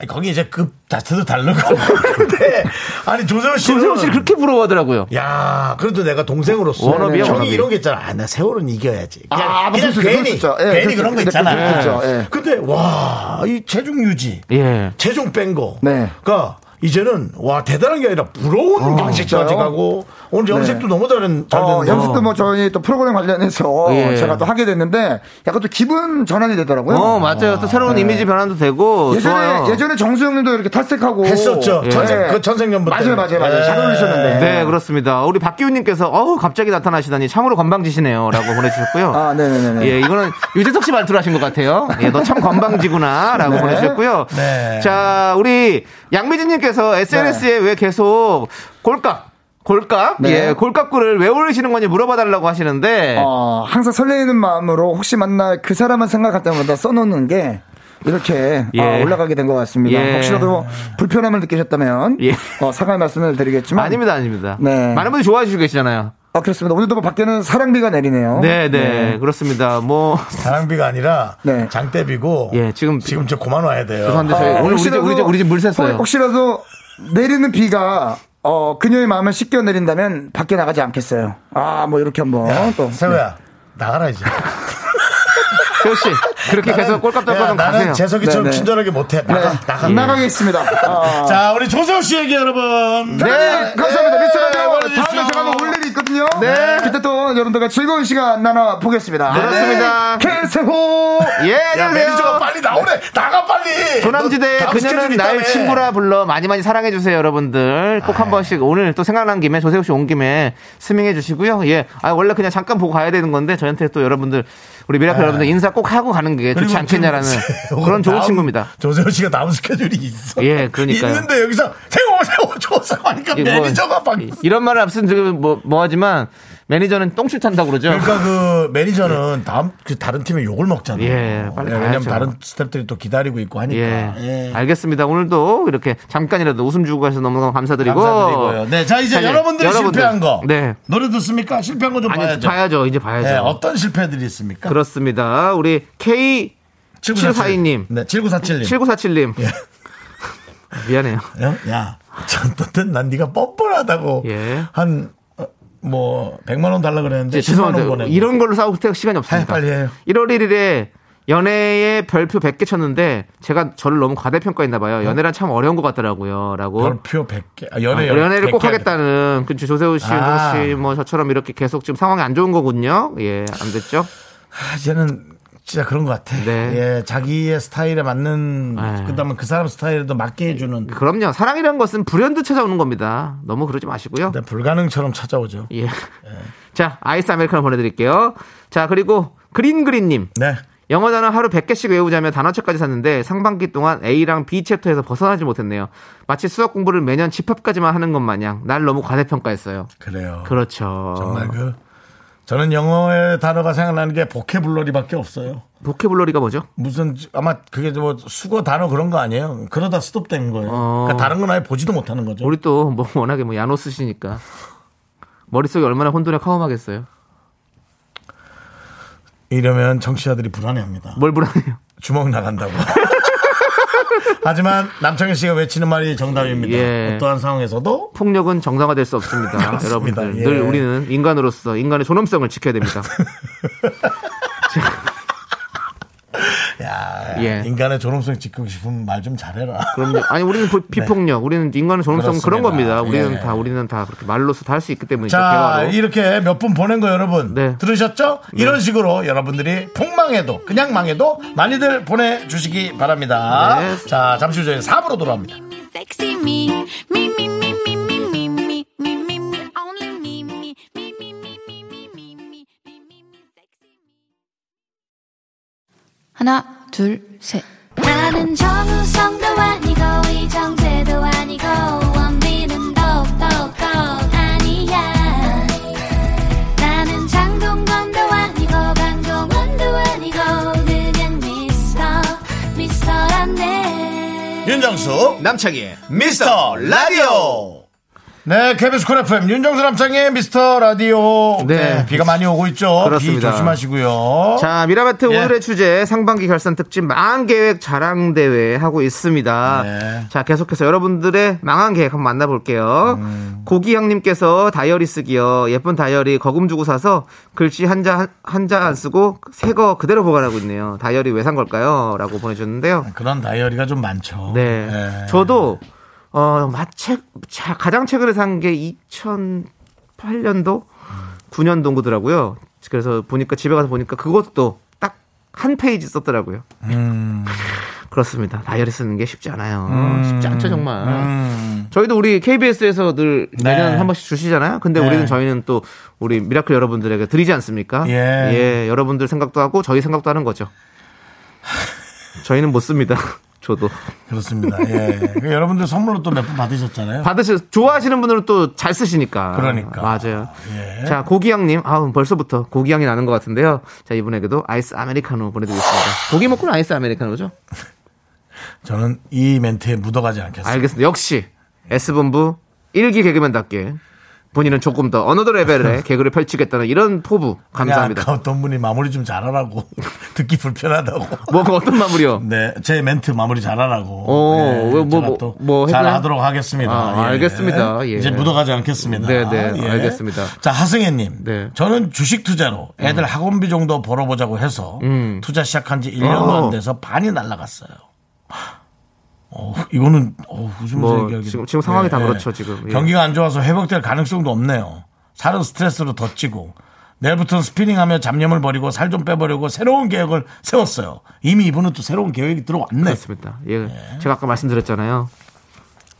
S1: 아니, 거기 이제 급 자체도 다르고 <laughs> 그런데 아니 조세호 씨는
S2: 조세호 씨를 그렇게 부러워하더라고요.
S1: 야 그래도 내가 동생으로서
S2: 워너비야,
S1: 형이
S2: 워너비.
S1: 이런 게 있잖아. 아, 나 세월은 이겨야지. 그냥,
S6: 아,
S1: 그냥
S6: 무슨 소리야,
S1: 괜히
S6: 그럴 수 있죠. 예, 그럴
S1: 괜히
S6: 수
S1: 그런 거
S6: 있죠.
S1: 있잖아.
S6: 그럴 수 있죠. 예.
S1: 근데 와 이 체중 유지.
S2: 예.
S1: 체중 뺀 거.
S6: 네.
S1: 그러니까 이제는 와 대단한 게 아니라 부러운 방식까지
S6: 진짜요? 네.
S1: 가고 오늘 염색도 너무 잘한 잘
S6: 어,
S1: 됐네.
S6: 연습도 뭐 저희 또 프로그램 관련해서
S2: 예.
S6: 제가 또 하게 됐는데 약간 또 기분 전환이 되더라고요.
S2: 어 맞아요. 또 새로운 이미지 변화도 되고
S6: 예전에
S2: 좋아요.
S6: 예전에 정수영님도 이렇게 탈색하고
S1: 했었죠.
S6: 예.
S1: 전생- 그 전생년부 때.
S6: 맞아요, 맞아요, 맞아요.
S1: 예.
S6: 잘 어울리셨는데.
S2: 네 그렇습니다. 우리 박기훈님께서 어우 갑자기 나타나시다니 참으로 건방지시네요라고 보내주셨고요.
S6: <laughs> 아, 네네네.
S2: 예, 이거는 유재석 씨 말투로 하신 것 같아요. 예, 너 참 <laughs> 건방지구나라고
S6: 네.
S2: 보내주셨고요.
S1: 네.
S2: 자, 우리 양미진님께서 SNS에 왜 계속 골값, 골값,
S6: 네.
S2: 예, 골값글을 왜 올리시는 건지 물어봐달라고 하시는데.
S6: 어, 항상 설레는 마음으로 혹시 만날 그 사람만 생각할 때마다 써놓는 게 이렇게
S2: 예.
S6: 어, 올라가게 된 것 같습니다.
S2: 예.
S6: 혹시라도 뭐 불편함을 느끼셨다면
S2: 예.
S6: 어, 사과의 말씀을 드리겠지만
S2: 음. 아닙니다, 아닙니다.
S6: 네.
S2: 많은 분들이 좋아해 주시고 계시잖아요.
S6: 아, 그렇습니다. 오늘도 뭐 밖에는 사랑비가 어? 내리네요.
S2: 네, 네, 그렇습니다. 뭐,
S1: 사랑비가 아니라
S6: 네.
S1: 장대비고
S2: 예, 지금-
S1: 지금 저 그만 와야 돼요.
S2: 죄송한데 저희
S6: 아,
S2: 오늘 우리 집,
S6: 혹시라도-
S2: 우리 집, 우리 집 물
S6: 혹-
S2: 샜어요.
S6: 혹시라도 내리는 비가 어, 그녀의 마음을 씻겨 내린다면 밖에 나가지 않겠어요. 아, 뭐 이렇게 한번 또
S1: 세호야 나가라 이제.
S2: 세호 씨, 그렇게 계속
S1: 야,
S2: 꼴값떨값은 가세요.
S1: 나는 재석이처럼
S6: 네, 네.
S1: 친절하게 못해. 나가 나가.
S6: 나가겠습니다.
S2: 어.
S6: 아.
S1: 자 우리 조세호 씨에게 여러분.
S6: 네, 감사합니다.
S1: 네,
S6: 미스터 라디오. 다음에
S1: 보내주십시오.
S6: 제가 뭐올 일이 있거든요. 네. 그때 또 여러분들과 즐거운 시간 나눠보겠습니다. 네.
S2: 그렇습니다.
S6: 개세호.
S2: 예,
S1: 야
S2: 안녕하세요.
S1: 매니저가 빨리 나오래.
S6: 네.
S1: 나가 빨리.
S2: 조남지대
S1: 너 다음
S2: 그녀는
S1: 스케줄이
S2: 나의
S1: 있다며.
S2: 친구라 불러 많이 많이 사랑해 주세요 여러분들 꼭 한 번씩 오늘 또 생각난 김에 조세호 씨 온 김에 스밍해 주시고요 예아 원래 그냥 잠깐 보고 가야 되는 건데 저한테 또 여러분들 우리 미라클 여러분들 인사 꼭 하고 가는 게
S1: 그리고
S2: 좋지 않겠냐라는
S1: <laughs> 지금
S2: 그런 좋은
S1: 다음-
S2: 친구입니다
S1: 조세호 씨가 다음 스케줄이 있어.
S2: 예, 그러니까요.
S1: 있는데 여기서 세호 세호 조세호 하니까
S2: 이- 뭐,
S1: 아, 매니저가 막.
S2: 이- 이런 말을 앞선 지금 뭐 뭐하지만 매니저는 똥줄 탄다고 그러죠
S1: 그러니까 그 매니저는 다음 그 다른 팀에 욕을 먹잖아요.
S2: 예, 빨리
S1: 왜냐면
S2: 가야죠.
S1: 다른 스탭들이 또 기다리고 있고
S2: 예.
S1: 하니까. 예.
S2: 알겠습니다. 오늘도 이렇게 잠깐이라도 웃음 주고 가셔서 너무너무 감사드리고. 예.
S1: 감사드리고요. 네, 자 이제 여러분들이
S2: 여러분들.
S1: 실패한 거
S2: 네.
S1: 노래 듣습니까? 실패한 거 좀
S2: 아니,
S1: 봐야죠.
S2: 봐야죠. 이제 봐야죠.
S1: 예, 어떤 실패들이 있습니까?
S2: 그렇습니다. 우리 K
S1: 7947
S2: 님.
S1: 네, 7947님. 네.
S2: 7947님. <laughs> 미안해요.
S1: 야, 야, 전뜻은 난 네가 뻔뻔하다고
S2: 예.
S1: 한 뭐 100만 원 달라 그랬는데
S2: 이제
S1: 10만 원 보내.
S2: 죄송한데 이런 걸로 싸울 때 시간이 없습니다.
S1: 빨리 해요.
S2: 1월 1일에 연애에 별표 100개 쳤는데 제가 저를 너무 과대평가했나 봐요. 연애란 참 어려운 것 같더라고요라고.
S1: 별표 100개. 아, 연애 열-
S2: 연애를 꼭
S1: 100개.
S2: 하겠다는 그 조세호 씨,
S1: 아.
S2: 윤정 씨, 뭐 저처럼 이렇게 계속 지금 상황이 안 좋은 거군요. 예, 안 됐죠?
S1: 아, 이제는 진짜 그런 것 같아.
S2: 네.
S1: 예, 자기의 스타일에 맞는
S2: 예.
S1: 그다음에 그 사람 스타일에도 맞게 해주는.
S2: 그럼요. 사랑이라는 것은 불현듯 찾아오는 겁니다. 너무 그러지 마시고요.
S1: 근데 네, 불가능처럼 찾아오죠.
S2: 예. <laughs> 자, 아이스 아메리카노 보내드릴게요. 자, 그리고 그린그린님.
S1: 네.
S2: 영어 단어 하루 100개씩 외우자며 단어책까지 샀는데 상반기 동안 A랑 B 챕터에서 벗어나지 못했네요. 마치 수학 공부를 매년 집합까지만 하는 것 마냥 날 너무 과대평가했어요.
S1: 그래요.
S2: 그렇죠.
S1: 정말 그 저는 영어의 단어가 생각나는 게 보케블러리밖에 없어요.
S2: 보케블러리가 뭐죠?
S1: 무슨 아마 그게 뭐 수거 단어 그런 거 아니에요? 그러다 스톱된 거예요.
S2: 어.
S1: 그러니까 다른 건 아예 보지도 못하는 거죠.
S2: 우리 또 뭐 워낙에 뭐 야노스시니까 머릿속이 얼마나 혼돈에 카험하겠어요.
S1: 이러면 정치자들이 불안해합니다.
S2: 뭘 불안해요?
S1: 주먹 나간다고. <laughs> 하지만 남창희 씨가 외치는 말이 정답입니다.
S2: 예.
S1: 어떠한 상황에서도
S2: 폭력은 정상화될 수
S1: <laughs>
S2: 없습니다.
S1: 그렇습니다.
S2: 여러분들
S1: 예.
S2: 늘 우리는 인간으로서 인간의 존엄성을 지켜야 됩니다.
S1: 야,
S2: 예. 그러니까
S1: 인간의 존엄성 지키고 싶으면 말 좀 잘해라.
S2: 그럼요. 아니 우리는
S1: <laughs>
S2: 보- 비폭력, 우리는 인간의 존엄성 그런
S1: 네. 그렇습니다.
S2: 겁니다. 우리는
S1: 예.
S2: 다 우리는 다 그렇게 말로서 다 할 수 있기 때문이죠.
S1: 자,
S2: 대화로.
S1: 이렇게 몇 분 보낸 거 여러분
S2: 네.
S1: 들으셨죠? 이런 식으로 여러분들이 폭망해도 그냥 망해도 많이들 보내주시기 바랍니다.
S2: 네.
S1: 자, 잠시 후 저희 4부로 돌아옵니다.
S4: me, sexy me, me, me, me, me, me, me, me, me, me, me, only me, me, me, me, me, me, me, me, me, me, me, me, sexy me.
S7: 하나, 둘, 셋.
S4: 나는 정우성도 아니고 이정재도 아니고 원빈은 더욱더 아니야 나는 장동건도 아니고 강동원도 아니고 그냥 미스터 미스터란데
S1: 윤정수 남창희의 미스터 라디오 네, KBS 쿨 FM 윤정수 남창희의 미스터 라디오 네.
S2: 네.
S1: 비가 많이 오고 있죠. 비
S2: 그렇습니다.
S1: 조심하시고요.
S2: 자, 미라마트
S1: 예.
S2: 오늘의 주제 상반기 결산 특집 망한 계획 자랑 대회 하고 있습니다.
S1: 네.
S2: 자, 계속해서 여러분들의 망한 계획 한번 만나볼게요.
S1: 음.
S2: 고기향님께서 다이어리 쓰기요. 예쁜 다이어리 거금 주고 사서 글씨 한자 한자 안 쓰고 새 거 그대로 보관하고 있네요. 다이어리 왜 산 걸까요?라고 보내주셨는데요.
S1: 그런 다이어리가 좀 많죠.
S2: 네,
S1: 예.
S2: 저도 어 마책 자, 가장 최근에 산 게 2008년도 9년 동구더라고요. 그래서 보니까 집에 가서 보니까 그것도 딱 한 페이지 썼더라고요.
S1: 음.
S2: <laughs> 그렇습니다. 다이어리 쓰는 게 쉽지 않아요. 쉽지 않죠 정말. 저희도 우리 KBS에서 늘
S1: 음. 네.
S2: 매년 한 번씩 주시잖아요. 근데
S1: 네.
S2: 우리는 저희는 또 우리 미라클 여러분들에게 드리지 않습니까?
S1: 예.
S2: 예, 여러분들 생각도 하고 저희 생각도
S1: <laughs>
S2: 하는 거죠. 저희는 못 씁니다. <laughs> 저도.
S1: 그렇습니다. 예. 그 여러분들 선물로 또 몇 분 받으셨잖아요.
S2: 받으셔 좋아하시는 분들은 또 잘 쓰시니까.
S1: 그러니까.
S2: 맞아요.
S1: 예.
S2: 자, 고기향님. 아, 벌써부터 고기향이 나는 것 같은데요. 자, 이분에게도 아이스 아메리카노 보내드리겠습니다. 고기 먹고는 아이스 아메리카노죠?
S1: 저는 이 멘트에 묻어가지 않겠습니다.
S2: 알겠습니다. 역시 S본부 일기 개그맨답게 본인은 조금 더
S1: <laughs>
S2: 어너더 레벨의 개그를 펼치겠다는 이런 포부
S1: 아까
S2: 감사합니다.
S1: 그 어떤 분이 마무리 좀 잘하라고 <laughs> 듣기 불편하다고.
S2: 뭐 어떤 마무리요?
S1: 네, 제 멘트 마무리 잘하라고.
S2: 오,
S1: 네,
S2: 왜, 뭐,
S1: 제가
S2: 뭐,
S1: 또
S2: 뭐 했나요?
S1: 잘하도록 하겠습니다.
S2: 아, 알겠습니다. 예.
S1: 이제 묻어가지 않겠습니다. 예.
S2: 네, 네, 알겠습니다.
S1: 자, 하승혜님,
S2: 네. 음.
S1: 저는 주식 투자로 애들 학원비 정도 벌어보자고 해서 투자 시작한 지 1년도 안
S2: 어.
S1: 돼서 반이 날라갔어요. 어, 이거는 어, 웃으면서
S2: 뭐,
S1: 얘기하기
S2: 지금- 지금 상황이 다 그렇죠, 지금. 예.
S1: 경기가 안 좋아서 회복될 가능성도 없네요. 살은 스트레스로 덧찌고 내일부터는 스피닝하며 잡념을 버리고 살 좀 빼보려고 새로운 계획을 세웠어요. 이미 이분은 또 새로운 계획이 들어왔네.
S2: 그렇습니다. 예. 제가 아까 말씀드렸잖아요.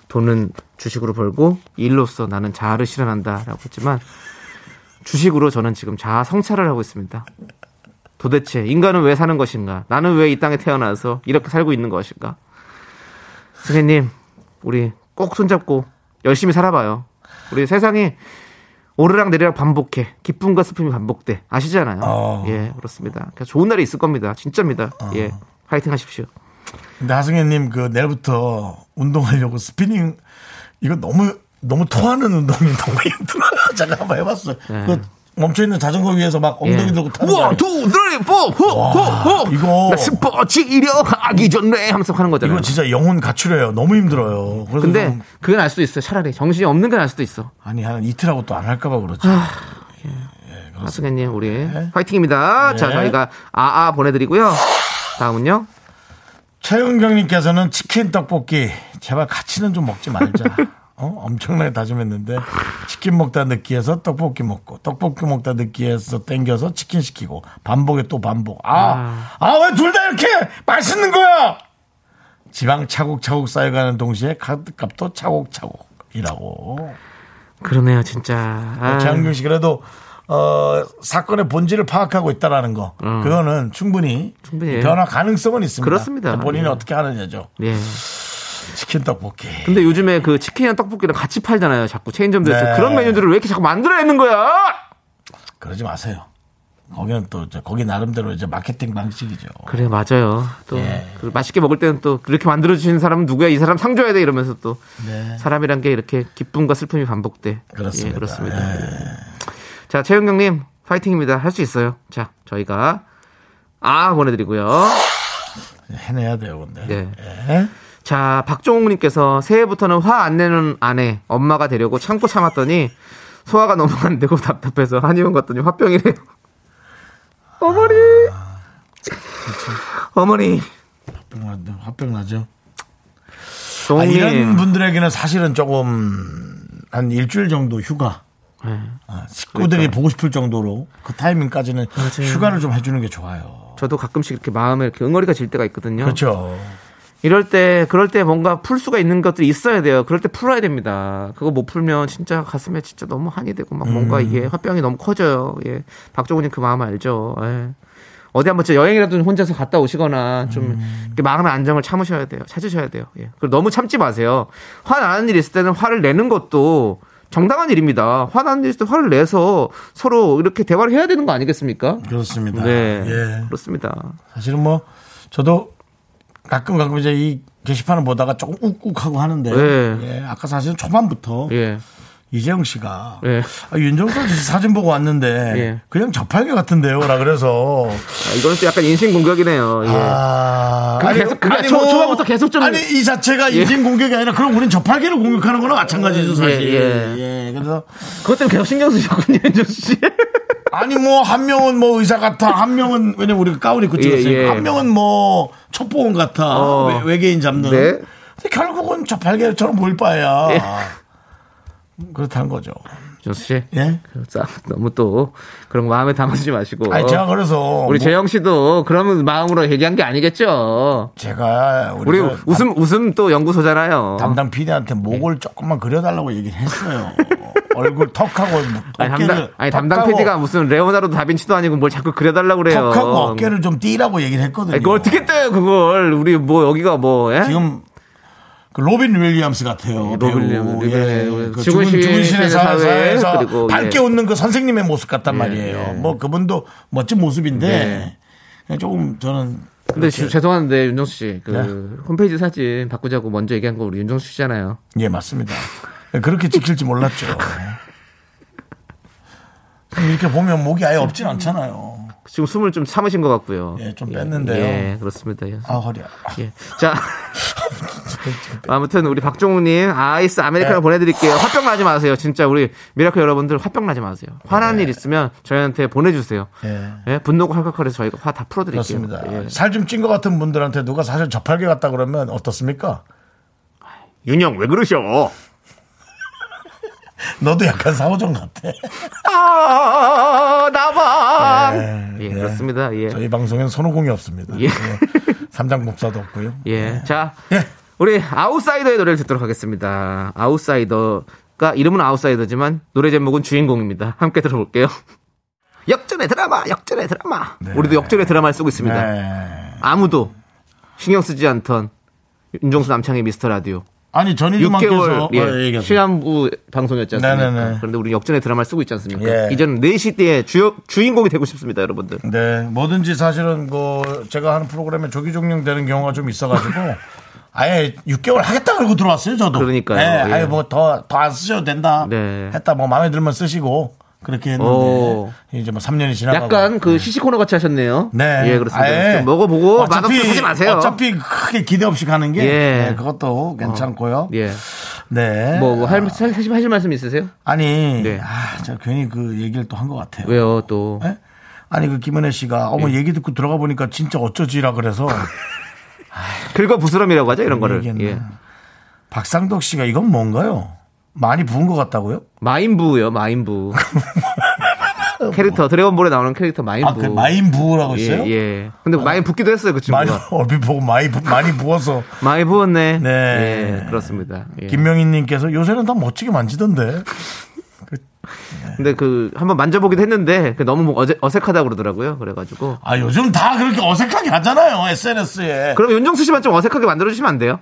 S2: 돈은 주식으로 벌고 일로서 나는 자아를 실현한다라고 했지만 주식으로 저는 지금 자아 성찰을 하고 있습니다. 도대체 인간은 왜 사는 것인가? 나는 왜 이 땅에 태어나서 이렇게 살고 있는 것인가? 선생님, 우리 꼭 손잡고 열심히 살아봐요. 우리 세상이 오르락 내리락 반복해. 기쁨과 슬픔이 반복돼. 아시잖아요.
S1: 어.
S2: 예, 그렇습니다. 그래서 좋은 날이 있을 겁니다. 진짜입니다. 예. 파이팅 하십시오.
S1: 근데 하승현님 그 내일부터 운동하려고 스피닝 이거 너무 너무 토하는 운동이 <laughs> 너무 힘들어요. 제가 한번 해봤어요. 그 멈춰 있는 자전거 위에서 막 엉덩이
S2: 네. 예.
S1: 들고 타는 거
S2: 원,
S1: 아니에요?
S2: 투, 쓰리, 포, 호,
S1: 와,
S2: 호, 호.
S1: 이거.
S2: 나 스포츠 이력하기 전에 하면서 하는 거잖아요.
S1: 이거 진짜 영혼 가출해요. 너무 힘들어요. 그래서
S2: 근데
S1: 좀
S2: 그건 알 수도 있어. 차라리 정신이 없는 건 알 수도 있어.
S1: 아니 한 이틀하고 또 안 할까봐 그렇죠.
S2: 아,
S1: 그렇지.
S2: 하승현님 우리
S1: 네.
S2: 파이팅입니다. 자 저희가 아아 보내드리고요. 다음은요.
S1: 최은경님께서는 치킨 떡볶이 제발 같이는 좀 먹지 말자. 어? 엄청나게 다짐했는데 치킨 먹다 느끼해서 떡볶이 먹고 떡볶이 먹다 느끼해서 땡겨서 치킨 시키고 반복에 또 반복. 아, 아 왜 둘 다 이렇게 맛있는 거야? 지방 차곡차곡 쌓여가는 동시에 카드값도 차곡차곡이라고.
S2: 음. 그러네요 진짜. 아,
S1: 최은경 씨 그래도 어, 사건의 본질을 파악하고 있다라는 거. 그거는 충분히,
S2: 음. 충분히.
S1: 변화 가능성은 있습니다.
S2: 그렇습니다.
S1: 본인이
S2: 예.
S1: 어떻게 하느냐죠.
S2: 예.
S1: 치킨 떡볶이.
S2: 근데 요즘에 그 치킨이랑 떡볶이랑 같이 팔잖아요. 자꾸 체인점들에서
S1: 네.
S2: 그런 메뉴들을 왜 이렇게 자꾸 만들어내는 거야?
S1: 그러지 마세요. 거기는 또 이제 거기 나름대로 이제 마케팅 방식이죠.
S2: 그래 맞아요. 또
S1: 예.
S2: 그 맛있게 먹을 때는 또 그렇게 만들어 주신 사람은 누구야? 이 사람 상 줘야 돼 이러면서 또 사람이란 게 이렇게 기쁨과 슬픔이 반복돼.
S1: 네. 그렇습니다.
S2: 예, 그렇습니다. 자 최은경님 파이팅입니다. 할 수 있어요. 자 저희가 아 보내드리고요.
S1: 해내야 돼요, 근데.
S2: 네.
S1: 예.
S2: 자, 박종욱님께서 새해부터는 화 안 내는 아내, 엄마가 되려고 참고 참았더니 소화가 너무 안 되고 답답해서 한의원 갔더니 화병이래요. 어머니!
S1: 아,
S2: 어머니!
S1: 화병, 화병 나죠. 아,
S2: 종님.
S1: 이런 분들에게는 사실은 조금 한 일주일 정도 휴가.
S2: 네.
S1: 아, 식구들이 보고 싶을 정도로 그 타이밍까지는
S2: 그렇죠. 맞아요.
S1: 휴가를 좀 해주는 게 좋아요.
S2: 저도 가끔씩 이렇게 마음에 이렇게 응어리가 질 때가 있거든요.
S1: 그렇죠.
S2: 이럴 때, 그럴 때 뭔가 풀 수가 있는 것들이 있어야 돼요. 그럴 때 풀어야 됩니다. 그거 못 풀면 진짜 가슴에 진짜 너무 한이 되고 막
S1: 음.
S2: 뭔가 이게 화병이 너무 커져요. 예. 박종훈님 그 마음 알죠. 예. 어디 한번 진짜 여행이라도 좀 혼자서 갔다 오시거나 좀 이렇게 마음의 안정을 참으셔야 돼요. 찾으셔야 돼요. 예. 그리고 너무 참지 마세요. 화 나는 일이 있을 때는 화를 내는 것도 정당한 일입니다. 화 나는 일이 있을 때 화를 내서 서로 이렇게 대화를 해야 되는 거 아니겠습니까?
S1: 그렇습니다.
S2: 네.
S1: 예.
S2: 그렇습니다.
S1: 사실은 뭐 저도 가끔 가끔 이제 이 게시판을 보다가 조금 욱욱하고 하는데
S2: 예.
S1: 예, 아까 사실 초반부터
S2: 예.
S1: 이재영 씨가
S2: 예.
S1: 아, 윤정수 씨 사진 보고 왔는데
S2: 예.
S1: 그냥 저팔계 같은데요 라 그래서
S2: 아, 이거는 또 약간 인신공격이네요. 예.
S1: 아,
S2: 그게 계속- 그게 초- 초반부터 계속 좀-
S1: 아니 이 자체가
S2: 예.
S1: 인신 공격이 아니라 그럼 우린 저팔계를 공격하는 거나 마찬가지죠 사실.
S2: 예,
S1: 예, 그래서
S2: 그것 때문에 계속 신경 쓰셨군요, <laughs> 윤정 씨.
S1: 아니 뭐 한 명은 뭐 의사 같아 한 명은 왜냐면 우리가 가운 입고
S2: 예,
S1: 찍었으니까
S2: 예.
S1: 한 명은 뭐 첩보원 같아
S2: 어.
S1: 외- 외계인 잡는
S2: 네. 예.
S1: 근데 결국은 저 발개처럼 보일 바야 그렇다는 거죠
S2: 윤정 씨.
S1: 예
S2: 그래서 너무 또 그런 거 마음에 담아주지 마시고.
S1: 아니 제가 그래서 뭐-
S2: 우리 재영 씨도 그런 마음으로 얘기한 게 아니겠죠.
S1: 제가
S2: 우리 네.
S1: 우리, 가
S2: 웃음 웃음 또 연구소잖아요.
S1: 담당 PD한테 목을 조금만 그려달라고 얘기를 했어요 얼굴 턱하고
S2: <laughs> 아니, 담당,
S1: 어깨를
S2: 아니 담당
S1: 턱하고
S2: PD가 무슨 레오나르도 다빈치도 아니고 뭘 자꾸 그려달라고 그래요.
S1: 턱하고 어깨를 좀 띄라고 얘기를 했거든요
S2: 아니, 그걸 어떻게 떼요 그걸 우리 뭐 여기가 뭐 예?
S1: 지금 그 로빈 윌리엄스 같아요.
S2: 예,
S1: 배우.
S2: 로빈 윌리엄스, 로빈 윌리엄스.
S1: 그 죽은
S2: 죽은 시-
S1: 죽은 신의
S2: 신의 사회,
S1: 사회에서
S2: 그리고,
S1: 밝게
S2: 예.
S1: 웃는 그 선생님의 모습 같단
S2: 예,
S1: 말이에요.
S2: 예.
S1: 뭐 그분도 멋진 모습인데
S2: 네.
S1: 그냥 조금 저는
S2: 근데 지-
S1: 그렇게-
S2: 죄송한데 윤정수 씨 그
S1: 네.
S2: 홈페이지 사진 바꾸자고 먼저 얘기한 거 우리 윤정수 씨잖아요.
S1: 예 맞습니다. 그렇게 찍힐지 몰랐죠. 예. 이렇게 보면 목이 아예 없진 않잖아요.
S2: 지금 숨을 좀 참으신 것 같고요.
S1: 예, 좀 뺐는데요.
S2: 예, 그렇습니다. 예.
S1: 아 허리야.
S2: 예. 자. <laughs> 아무튼 우리 박종우님 아이스 아메리카노
S1: 네.
S2: 보내드릴게요. 화병 나지 마세요. 진짜 우리 미라클 여러분들 화병 나지 마세요. 화난
S1: 네.
S2: 일 있으면 저희한테 보내주세요.
S1: 예.
S2: 예, 분노가 칼칼칼해서 저희가 화 다 풀어드릴게요.
S1: 그렇습니다.
S2: 예.
S1: 살 좀 찐 것 같은 분들한테 누가 사실 저팔계 같다 그러면 어떻습니까?
S2: 윤형 왜 그러셔?
S1: 너도 약간 사오정 같아.
S2: 예. 아 나방.
S1: 예,
S2: 예,
S1: 예.
S2: 그렇습니다. 예.
S1: 저희 방송엔 손오공이 없습니다.
S2: 예.
S1: 삼장법사도 없고요.
S2: 예. 자,
S1: 예.
S2: 우리 아웃사이더의 노래를 듣도록 하겠습니다. 아웃사이더가 이름은 아웃사이더지만 노래 제목은 주인공입니다. 함께 들어볼게요. <laughs> 역전의 드라마, 역전의 드라마. 우리도 역전의 드라마를 쓰고 있습니다.
S1: 네.
S2: 아무도 신경 쓰지 않던 윤종수 남창의 미스터 라디오.
S1: 아니 전희주만께서 어,
S2: 6개월 예,
S1: 얘기하세요.
S2: 시한부 방송이었지 않습니까?
S1: 네네네.
S2: 그런데 우리 역전의 드라마를 쓰고 있지 않습니까?
S1: 예.
S2: 이제는 4시 때의 주요, 주인공이 되고 싶습니다, 여러분들.
S1: 네, 뭐든지 사실은 그 제가 하는 프로그램에 조기 종영되는 경우가 좀
S2: <laughs>
S1: 있어가지고 아예 6개월 하겠다 그러고 들어왔어요 저도.
S2: 그러니까요.
S1: 네,
S2: 예.
S1: 아예 뭐 더 더 안 쓰셔도 된다.
S2: 네.
S1: 했다 뭐 마음에 들면 쓰시고 그렇게 했는데
S2: 오.
S1: 이제 뭐 3년이 지나가고.
S2: 약간 그 시시코너 같이 하셨네요.
S1: 네.
S2: 예, 그렇습니다.
S1: 아예
S2: 좀 먹어보고 맛없으면 사지 마세요.
S1: 어차피 크게 기대 없이 가는 게
S2: 예.
S1: 네, 그것도 괜찮고요.
S2: 예.
S1: 네.
S2: 뭐, 뭐 할, 사- 사실 하실 말씀 있으세요?
S1: 아니,
S2: 네.
S1: 아, 제가 괜히 그 얘기를 또 한 것 같아요.
S2: 왜요, 또.
S1: 예? 아니, 그 김은혜 씨가, 어머, 얘기 듣고 들어가 보니까 진짜 어쩌지라 그래서,
S2: 긁어 부스럼이라고 하죠, 이런 거를.
S1: 얘기했나.
S2: 예.
S1: 박상덕 씨가 이건 뭔가요? 많이 부은 것 같다고요?
S2: 마인부요, <laughs> 마인부. 캐릭터, 드래곤볼에 나오는 캐릭터 마인부.
S1: 아, 그 마인 부라고
S2: 예,
S1: 했어요?
S2: 예. 근데 많이 붓기도 했어요, 그
S1: 많이, <laughs>
S2: 친구가.
S1: 얼핏 보고 많이, 부- 많이 부어서.
S2: 많이 부었네.
S1: 네.
S2: 예, 그렇습니다. 예.
S1: 김명희 님께서 요새는 다 멋지게 만지던데.
S2: 근데 그, 한번 만져보기도 했는데, 그 너무 뭐 어제, 어색하다고 그러더라고요. 그래가지고.
S1: 아, 요즘 다 그렇게 어색하게 하잖아요, SNS에.
S2: 그럼 윤정수 씨만 좀 어색하게 만들어주시면 안 돼요?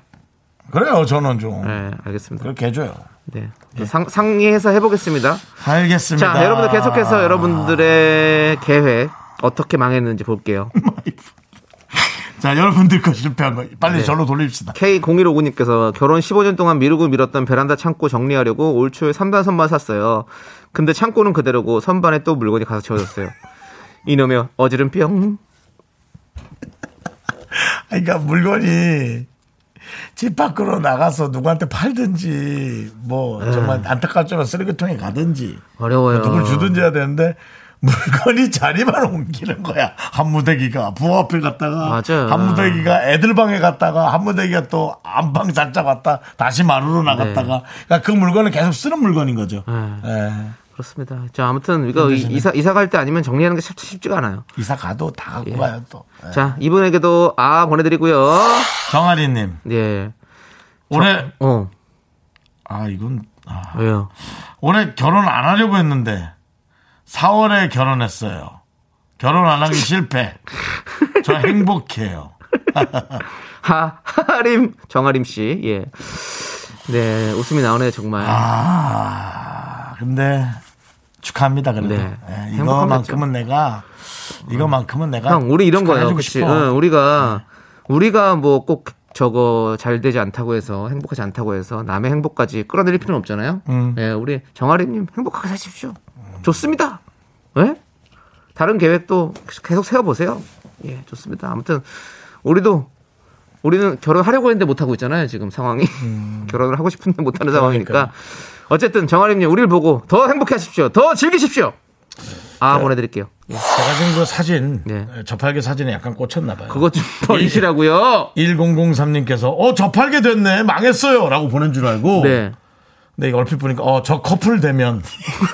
S1: 그래요, 저는 좀.
S2: 예, 알겠습니다.
S1: 그렇게 해줘요.
S2: 네. 상, 상의해서 해보겠습니다.
S1: 알겠습니다.
S2: 자, 여러분들 계속해서 여러분들의 계획 어떻게
S1: <laughs>
S2: 망했는지 볼게요.
S1: 자, 여러분들 거 실패한 거 빨리
S2: 네.
S1: 절로 돌립시다.
S2: K0159님께서 결혼 15년 동안 미루고 미뤘던 베란다 창고 정리하려고 올 초에 3단 선반 샀어요. 근데 창고는 그대로고 선반에 또 물건이 가서 채워졌어요. 이놈의 어지른 뿅.
S1: 아니, 그러니까 물건이 집 밖으로 나가서 누구한테 팔든지 뭐 정말 안타깝지만 쓰레기통에 가든지
S2: 네. 어려워요.
S1: 누굴 주든지 해야 되는데 물건이 자리만 옮기는 거야. 한 무대기가 부엌 앞에 갔다가
S2: 맞아요.
S1: 한 무대기가 애들 방에 갔다가 한 무대기가 또 안방 살짝 왔다 다시 마루로
S2: 네.
S1: 나갔다가 그러니까 그 물건은 계속 쓰는 물건인 거죠. 예.
S2: 그렇습니다. 자, 아무튼 이거 이- 이사 이사 갈 때 아니면 정리하는 게 쉽- 쉽지가 않아요.
S1: 이사 가도 다 갖고 가요 또. 예.
S2: 자, 이분에게도 아 보내드리고요.
S1: 정아리님
S2: 예.
S1: 올해
S2: 어.
S1: 아 이건 아,
S2: 왜요?
S1: 올해 결혼 안 하려고 했는데 4월에 결혼했어요. 결혼 안 하기 실패. 저 행복해요.
S2: 하, 하림, 정하림 씨. 예. 네, 웃음이 나오네, 요 정말.
S1: 아 근데 축하합니다 그래도.
S2: 네.
S1: 예,
S2: 행복한
S1: 이거만큼은 내가 이거만큼은 내가
S2: 형, 우리 이런 거예요.
S1: 아, 축하해주고
S2: 그치?
S1: 싶어. 네.
S2: 응, 우리가, 우리가 뭐 꼭 저거 잘 되지 않다고 해서 행복하지 않다고 해서 남의 행복까지 끌어들일 필요는 없잖아요.
S1: 음.
S2: 예, 우리 정아리님 행복하게 사십시오. 좋습니다. 예? 다른 계획도 계속 세워보세요. 예, 좋습니다. 아무튼, 우리도, 우리는 결혼하려고 했는데 못하고 있잖아요. 지금 상황이.
S1: 음.
S2: <laughs> 결혼을 하고 싶은데 못하는 상황이니까. 어쨌든 정아림님 우리를 보고 더 행복해 하십시오. 더 즐기십시오. 아 보내드릴게요.
S1: 제가 지금 그 사진
S2: 네.
S1: 저팔계 사진에 약간 꽂혔나 봐요.
S2: 그것 좀 <laughs> 버리시라고요.
S1: 1003님께서 어 저팔계 됐네 망했어요라고 보낸 줄 알고
S2: 네.
S1: 근데 이거 얼핏 보니까 어 저 커플 되면 <laughs>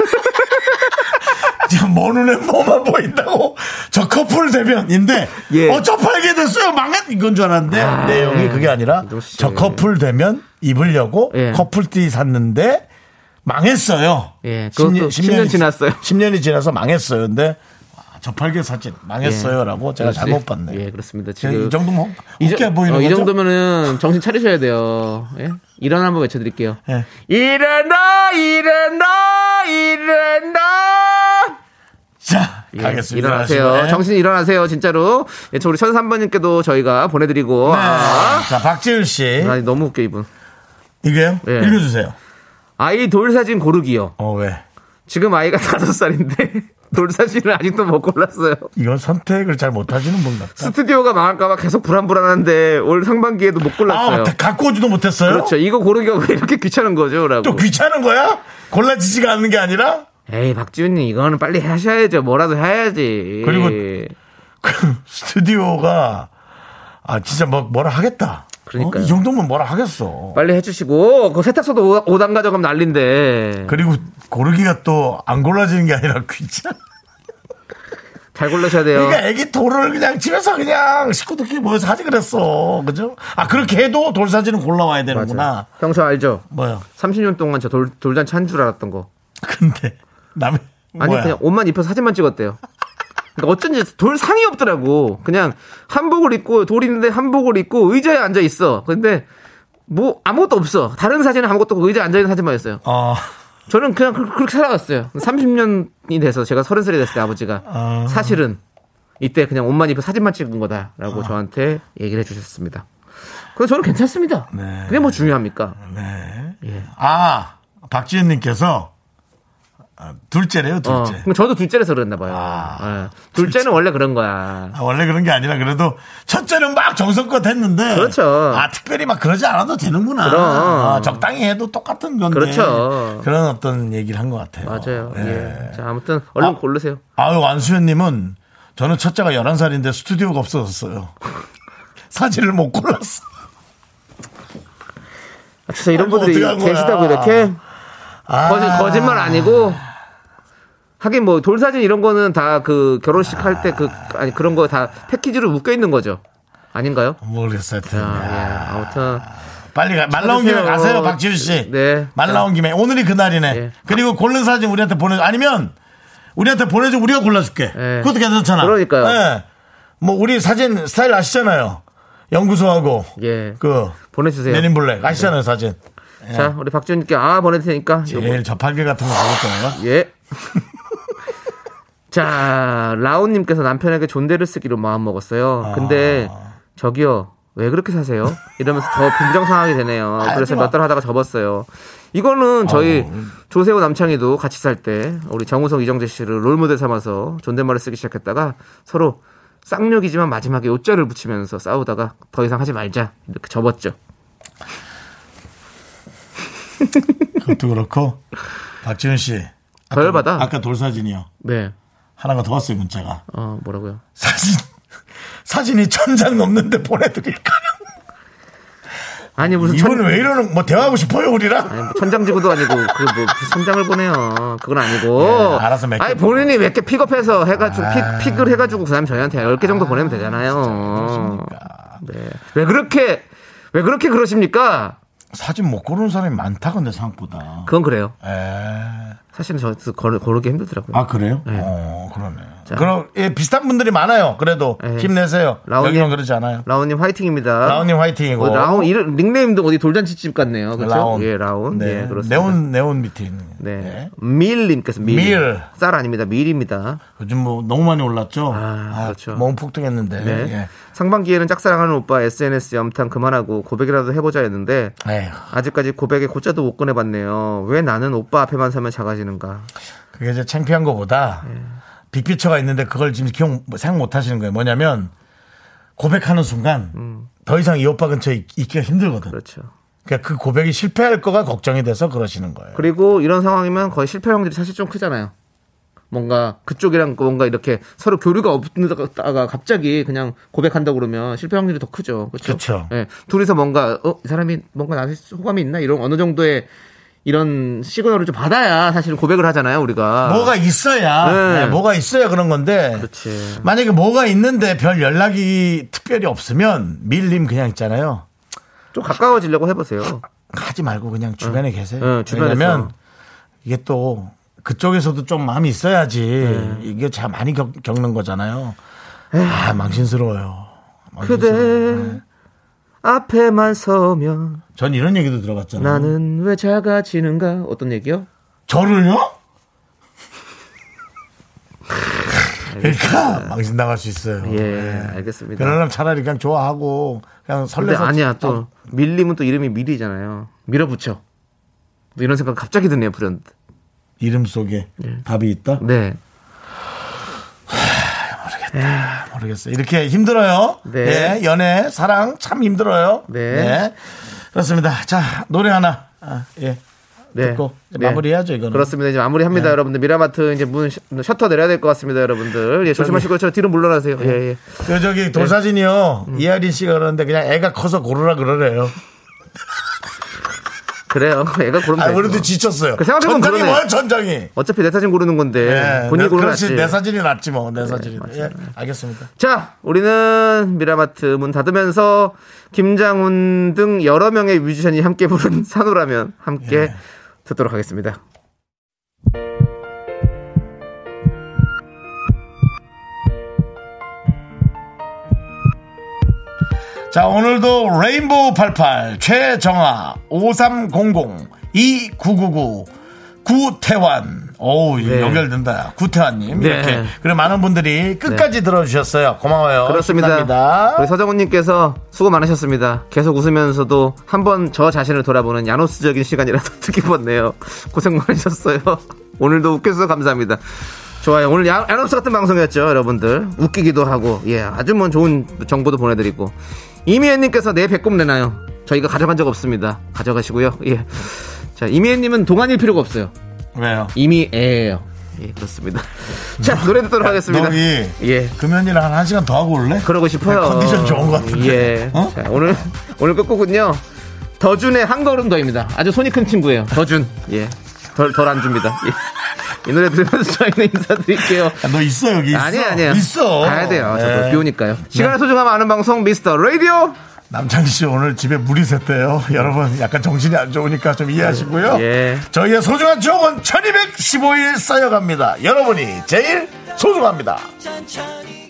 S1: 지금 먼 눈에 뭐만 보인다고 저 커플 되면인데
S2: 예. 아,
S1: 어 저 팔게 됐어요 망했 이건 줄 알았는데 내용이 그게 아니라
S2: 이동 씨.
S1: 저 커플 되면 입으려고
S2: 예.
S1: 커플티 샀는데 망했어요.
S2: 예, 그것도 10년 지났어요.
S1: 10년이 지나서 망했어요. 근데 와, 저 팔게 사진 망했어요라고 제가 잘못 봤네요.
S2: 예, 그렇습니다. 지금
S1: 이 정도면
S2: 이 정-
S1: 웃게 보이는
S2: 어,
S1: 거죠?
S2: 이 정도면은 정신 차리셔야 돼요. 예? 일어나 한번 외쳐드릴게요.
S1: 예.
S2: 일어나, 일어나, 일어나.
S1: 자,
S2: 예,
S1: 가겠습니다.
S2: 일어나세요.
S1: 네.
S2: 정신 일어나세요. 진짜로. 예, 저 우리 1003번님께도 저희가 보내드리고.
S1: 네.
S2: 아,
S1: 자, 박지윤 씨.
S2: 아니, 너무 웃겨, 이분.
S1: 이게요?
S2: 예.
S1: 읽어주세요.
S2: 아이 돌사진 고르기요.
S1: 어, 왜?
S2: 지금 아이가 <laughs> 다섯 살인데 돌사진을 아직도 못 골랐어요.
S1: 이건 선택을 잘 못하시는 분 같다.
S2: 스튜디오가 망할까봐 계속 불안불안한데 올 상반기에도 못 골랐어요.
S1: 아, 갖고 오지도 못했어요?
S2: 그렇죠. 이거 고르기가 왜 이렇게 귀찮은 거죠? 라고.
S1: 또 귀찮은 거야? 골라지지가 않는 게 아니라?
S2: 에이, 박지훈님, 이거는 빨리 하셔야죠. 뭐라도 해야지.
S1: 그리고- 그 스튜디오가, 아, 진짜 뭐, 뭐라 하겠다.
S2: 그러니까요.
S1: 어? 이 정도면 뭐라 하겠어.
S2: 빨리 해주시고, 그 세탁소도 5단 가져가면 난린데.
S1: 그리고 고르기가 또 안 골라지는 게 아니라 귀찮아.
S2: 잘 골라셔야 돼요.
S1: 그러니까 애기 돌을 그냥 집에서 그냥 식구들끼리 모여서 하지 그랬어. 그죠? 아, 그렇게 해도 돌 사진은 골라와야 되는구나.
S2: 형, 저 알죠?
S1: 뭐요?
S2: 30년 동안 저 돌, 돌잔치 한 줄 알았던 거.
S1: 근데, 남의.
S2: 아니,
S1: 뭐야?
S2: 그냥 옷만 입혀서 사진만 찍었대요. 그러니까 어쩐지 돌 상이 없더라고. 그냥 한복을 입고, 돌 있는데 한복을 입고 의자에 앉아 있어. 근데, 뭐, 아무것도 없어. 다른 사진은 아무것도 없고 의자에 앉아있는 사진만 있어요.
S1: 어,
S2: 저는 그냥 그- 그렇게 살아갔어요. 30년이 돼서 제가 30살이 됐을 때 아버지가 사실은 이때 그냥 옷만 입고 사진만 찍은 거다라고
S1: 아.
S2: 저한테 얘기를 해주셨습니다. 그래서 저는 괜찮습니다.
S1: 네.
S2: 그게 뭐 중요합니까?
S1: 아, 박지현님께서 아, 둘째래요,
S2: 어,
S1: 둘째.
S2: 그럼 저도 둘째라서 그랬나 봐요.
S1: 아,
S2: 예. 둘째는 원래 그런 거야.
S1: 아, 원래 그런 게 아니라 그래도 첫째는 막 정성껏 했는데
S2: 그렇죠.
S1: 아 특별히 막 그러지 않아도 되는구나.
S2: 그럼.
S1: 아, 적당히 해도 똑같은 건데.
S2: 그렇죠.
S1: 런 어떤 얘기를 한 것 같아요.
S2: 맞아요.
S1: 예.
S2: 예. 자, 아무튼 얼른
S1: 아.
S2: 고르세요.
S1: 아유 완수현님은 저는 첫째가 11살인데 스튜디오가 없어졌어요. <laughs> 사진을 못 골랐어.
S2: 아, 진짜 이런
S1: 아이고,
S2: 분들이
S1: 어떡한 거야.
S2: 계시다고 이렇게
S1: 아,
S2: 거짓, 거짓말 아니고 하긴 뭐 돌사진 이런 거는 다 그 결혼식 할 때 그 아니 그런 거 다 패키지로 묶여 있는 거죠. 아닌가요?
S1: 모르겠어요. 하여튼.
S2: 아, 예. 아무튼
S1: 빨리 가. 말 나온 김에
S2: 찾으세요.
S1: 가세요, 박지윤 씨.
S2: 어. 네.
S1: 말 나온 김에 오늘이 그날이네.
S2: 예.
S1: 그리고 고른 사진 우리한테 보내 아니면 우리한테 보내줘 우리가 골라줄게.
S2: 예.
S1: 그것도 괜찮잖아.
S2: 그러니까요.
S1: 예. 뭐 우리 사진 스타일 아시잖아요. 연구소하고
S2: 예.
S1: 그
S2: 보내주세요. 예.
S1: 내린 블랙 아시잖아요 사진.
S2: 자, 우리 박지훈님께 아 보내드 테니까. 요거.
S1: 제일 저팔계 같은 거 먹을 거예요.
S2: 예. <laughs> 자, 라온님께서 남편에게 존대를 쓰기로 마음 먹었어요. 근데 저기요 왜 그렇게 사세요? 이러면서 더 빈정상하게 되네요. 그래서 몇 달 하다가 접었어요. 이거는 저희 조세호 남창희도 같이 살 때 우리 정우성 이정재 씨를 롤모델 삼아서 존댓말을 쓰기 시작했다가 서로 쌍욕이지만 마지막에 요자를 붙이면서 싸우다가 더 이상 하지 말자 이렇게 접었죠.
S1: 그것도 그렇고 박지훈 씨 아까
S2: 별
S1: 돌-
S2: 받아.
S1: 아까 돌사진이요.
S2: 네,
S1: 하나가 더 왔어요 문자가.
S2: 어 뭐라고요?
S1: 사진 사진이 천 장 넘는데 보내드릴까요?
S2: 아니 무슨 천-
S1: 이분 왜 이러는 뭐 대화하고 싶어요 우리랑?
S2: 아니, 뭐 천장지구도 아니고 그뭐 천장을 보내요. 그건 아니고.
S1: 예, 알아서 몇 개.
S2: 아니 본인이 몇 개 픽업해서 해가지고
S1: 아.
S2: 픽, 픽을 해가지고 그 사람 저희한테 10개 정도 보내면 되잖아요. 네. 왜 그렇게 왜 그렇게 그러십니까?
S1: 사진 못 고르는 사람이 많다 근데 생각보다.
S2: 그건 그래요.
S1: 에.
S2: 사실은 저도 걸, 고르기 힘들더라고요.
S1: 아 그래요? 어 그러네. 그럼 예 비슷한 분들이 많아요. 그래도
S2: 예.
S1: 힘내세요.
S2: 라온이-
S1: 여기는 그러지 않아요.
S2: 라온님 화이팅입니다.
S1: 라온님 화이팅이고.
S2: 어, 라온 이름 닉네임도 어디 돌잔치집 같네요. 그렇죠?
S1: 라온.
S2: 예, 라온.
S1: 네.
S2: 예, 그렇습니다.
S1: 네온 네온 밑에 있는. 거.
S2: 네.
S1: 네.
S2: 밀님께서 밀.
S1: 밀.
S2: 쌀 아닙니다. 밀입니다.
S1: 요즘 뭐 너무 많이 올랐죠.
S2: 아, 그렇죠.
S1: 몸 폭등했는데.
S2: 네.
S1: 예.
S2: 상반기에는 짝사랑하는 오빠 SNS 염탐 그만하고 고백이라도 해보자 했는데
S1: 예. 에휴.
S2: 아직까지 고백에 고자도 못 꺼내봤네요. 왜 나는 오빠 앞에만 서면 작아지는가?
S1: 그게 이제 창피한 거보다
S2: 네.
S1: 빅피처가 있는데 그걸 지금 기억 뭐 생각 못 하시는 거예요. 뭐냐면 고백하는 순간 더 이상 이 오빠 근처에 있- 있기가 힘들거든. 그러
S2: 음. 그렇죠.
S1: 니까그 고백이 실패할 거가 걱정이 돼서 그러시는 거예요.
S2: 그리고 이런 상황이면 거의 실패 확률이 사실 좀 크잖아요. 뭔가 그쪽이랑 뭔가 이렇게 서로 교류가 없다가 갑자기 그냥 고백한다 고 그러면 실패 확률이 더 크죠. 그렇죠.
S1: 그쵸.
S2: 예. 둘이서 뭔가 어, 이 사람이 뭔가 나한테 호감이 있나 이런 어느 정도의 이런 시그널을 좀 받아야 사실 고백을 하잖아요, 우리가.
S1: 뭐가 있어야
S2: 그렇죠. 네.
S1: 네, 뭐가 있어야 그런 건데
S2: 그렇지.
S1: 만약에 뭐가 있는데 별 연락이 특별히 없으면 밀림 그냥 있잖아요.
S2: 좀 가까워지려고 해보세요.
S1: 하지 말고 그냥 주변에 계세요.
S2: 응, 주변에서.
S1: 왜냐면 이게 또 그쪽에서도 좀 마음이 있어야지
S2: 네.
S1: 이게 참 많이 겪, 는 거잖아요. 아 망신스러워요.
S2: 그대
S1: 망신스러워요. 네.
S2: 앞에만 서면
S1: 전 이런 얘기도 들어봤잖아요.
S2: 나는 왜 작아지는가? 어떤 얘기요?
S1: 저를요? 그러니까 망신 당할 수 있어요.
S2: 예,
S1: 네.
S2: 알겠습니다.
S1: 그런 사람 차라리 그냥 좋아하고 그냥
S2: 근데
S1: 설레서
S2: 아니야 또 밀림은 또 이름이 밀이잖아요. 밀어붙여. 또 이런 생각 갑자기 드네요 불현듯.
S1: 이름 속에
S2: 예.
S1: 답이 있다.
S2: 네.
S1: 모르겠어요. 이렇게 힘들어요.
S2: 네.
S1: 예, 연애, 사랑 참 힘들어요. 예.
S2: 네.
S1: 그렇습니다. 자, 노래 하나. 아, 예.
S2: 네.
S1: 듣고 이제 마무리해야죠, 이거는. 네.
S2: 그렇습니다. 이제 마무리합니다, 여러분들. 미라마트 이제 문 셔- 셔터 내려야 될 것 같습니다, 여러분들.
S1: 네.
S2: 예, 조심하시고 저 뒤로 물러나세요. 예, 예.
S1: 그 저기 돌사진이요.
S2: 음.
S1: 이하린 씨가 그러는데 그냥 애가 커서 고르라 그러래요.
S2: 그래요. <laughs> 애가 고르면
S1: 아,
S2: 되죠.
S1: 우리도 지쳤어요.
S2: 네. 그 생각해보면
S1: 전장이
S2: 그러네.
S1: 뭐야, 전장이.
S2: 어차피 내 사진 고르는 건데
S1: 예,
S2: 네, 본인이
S1: 내-
S2: 고르지.
S1: 그렇지.
S2: 네,
S1: 내 사진이 낫지 뭐. 내 사진이. 예, 알겠습니다.
S2: 자, 우리는 미라마트 문 닫으면서 김장훈 등 여러 명의 뮤지션이 함께 부른 <laughs> 산호라면 함께 듣도록 하겠습니다.
S1: 자, 오늘도 레인보우 88, 최정아, 5300, 2999, 구태환. 어우, 이거
S2: 네.
S1: 연결된다. 구태환님.
S2: 네.
S1: 이렇게. 그리고 많은 분들이 끝까지 들어주셨어요. 고마워요.
S2: 그렇습니다.
S1: 신납니다.
S2: 우리 서정훈님께서 수고 많으셨습니다. 계속 웃으면서도 한번 저 자신을 돌아보는 야노스적인 시간이라도 <laughs> 듣기뻤네요. 고생 많으셨어요. <laughs> 오늘도 웃겨서 감사합니다. 좋아요. 오늘 야, 야노스 같은 방송이었죠, 여러분들. 웃기기도 하고, 예, 아주 뭐 좋은 정보도 보내드리고. 이미애님께서 내 배꼽 내놔요. 저희가 가져간 적 없습니다. 가져가시고요. 예. 자, 이미애님은 동안일 필요가 없어요.
S1: 왜요?
S2: 이미 애예요. 예, 그렇습니다. <laughs> 자, 노래 듣도록 하겠습니다.
S1: 너희
S2: 예.
S1: 금연이랑 한 1시간 더 하고 올래?
S2: 그러고 싶어요.
S1: 네, 컨디션 좋은 것 같은데.
S2: 예.
S1: 어?
S2: 자, 오늘 오늘 끝곡은요. 더준의 한 걸음 더입니다. 아주 손이 큰 친구예요. 더준. 예. 덜 덜 안 줍니다. 예. 이 노래 들으면서 저희는 인사드릴게요.
S1: 야, 너 있어, 여기 있어.
S2: 아니 아니에요.
S1: 있어.
S2: 가야 돼요. 저도
S1: 예.
S2: 비 오니까요. 시간의 소중함 아는 방송 미스터 라디오.
S1: 남창희 씨 오늘 집에 물이 샜대요. 여러분 약간 정신이 안 좋으니까 좀 이해하시고요.
S2: 예.
S1: 저희의 소중한 추억은 1215일 쌓여갑니다. 여러분이 제일 소중합니다.
S5: 천천히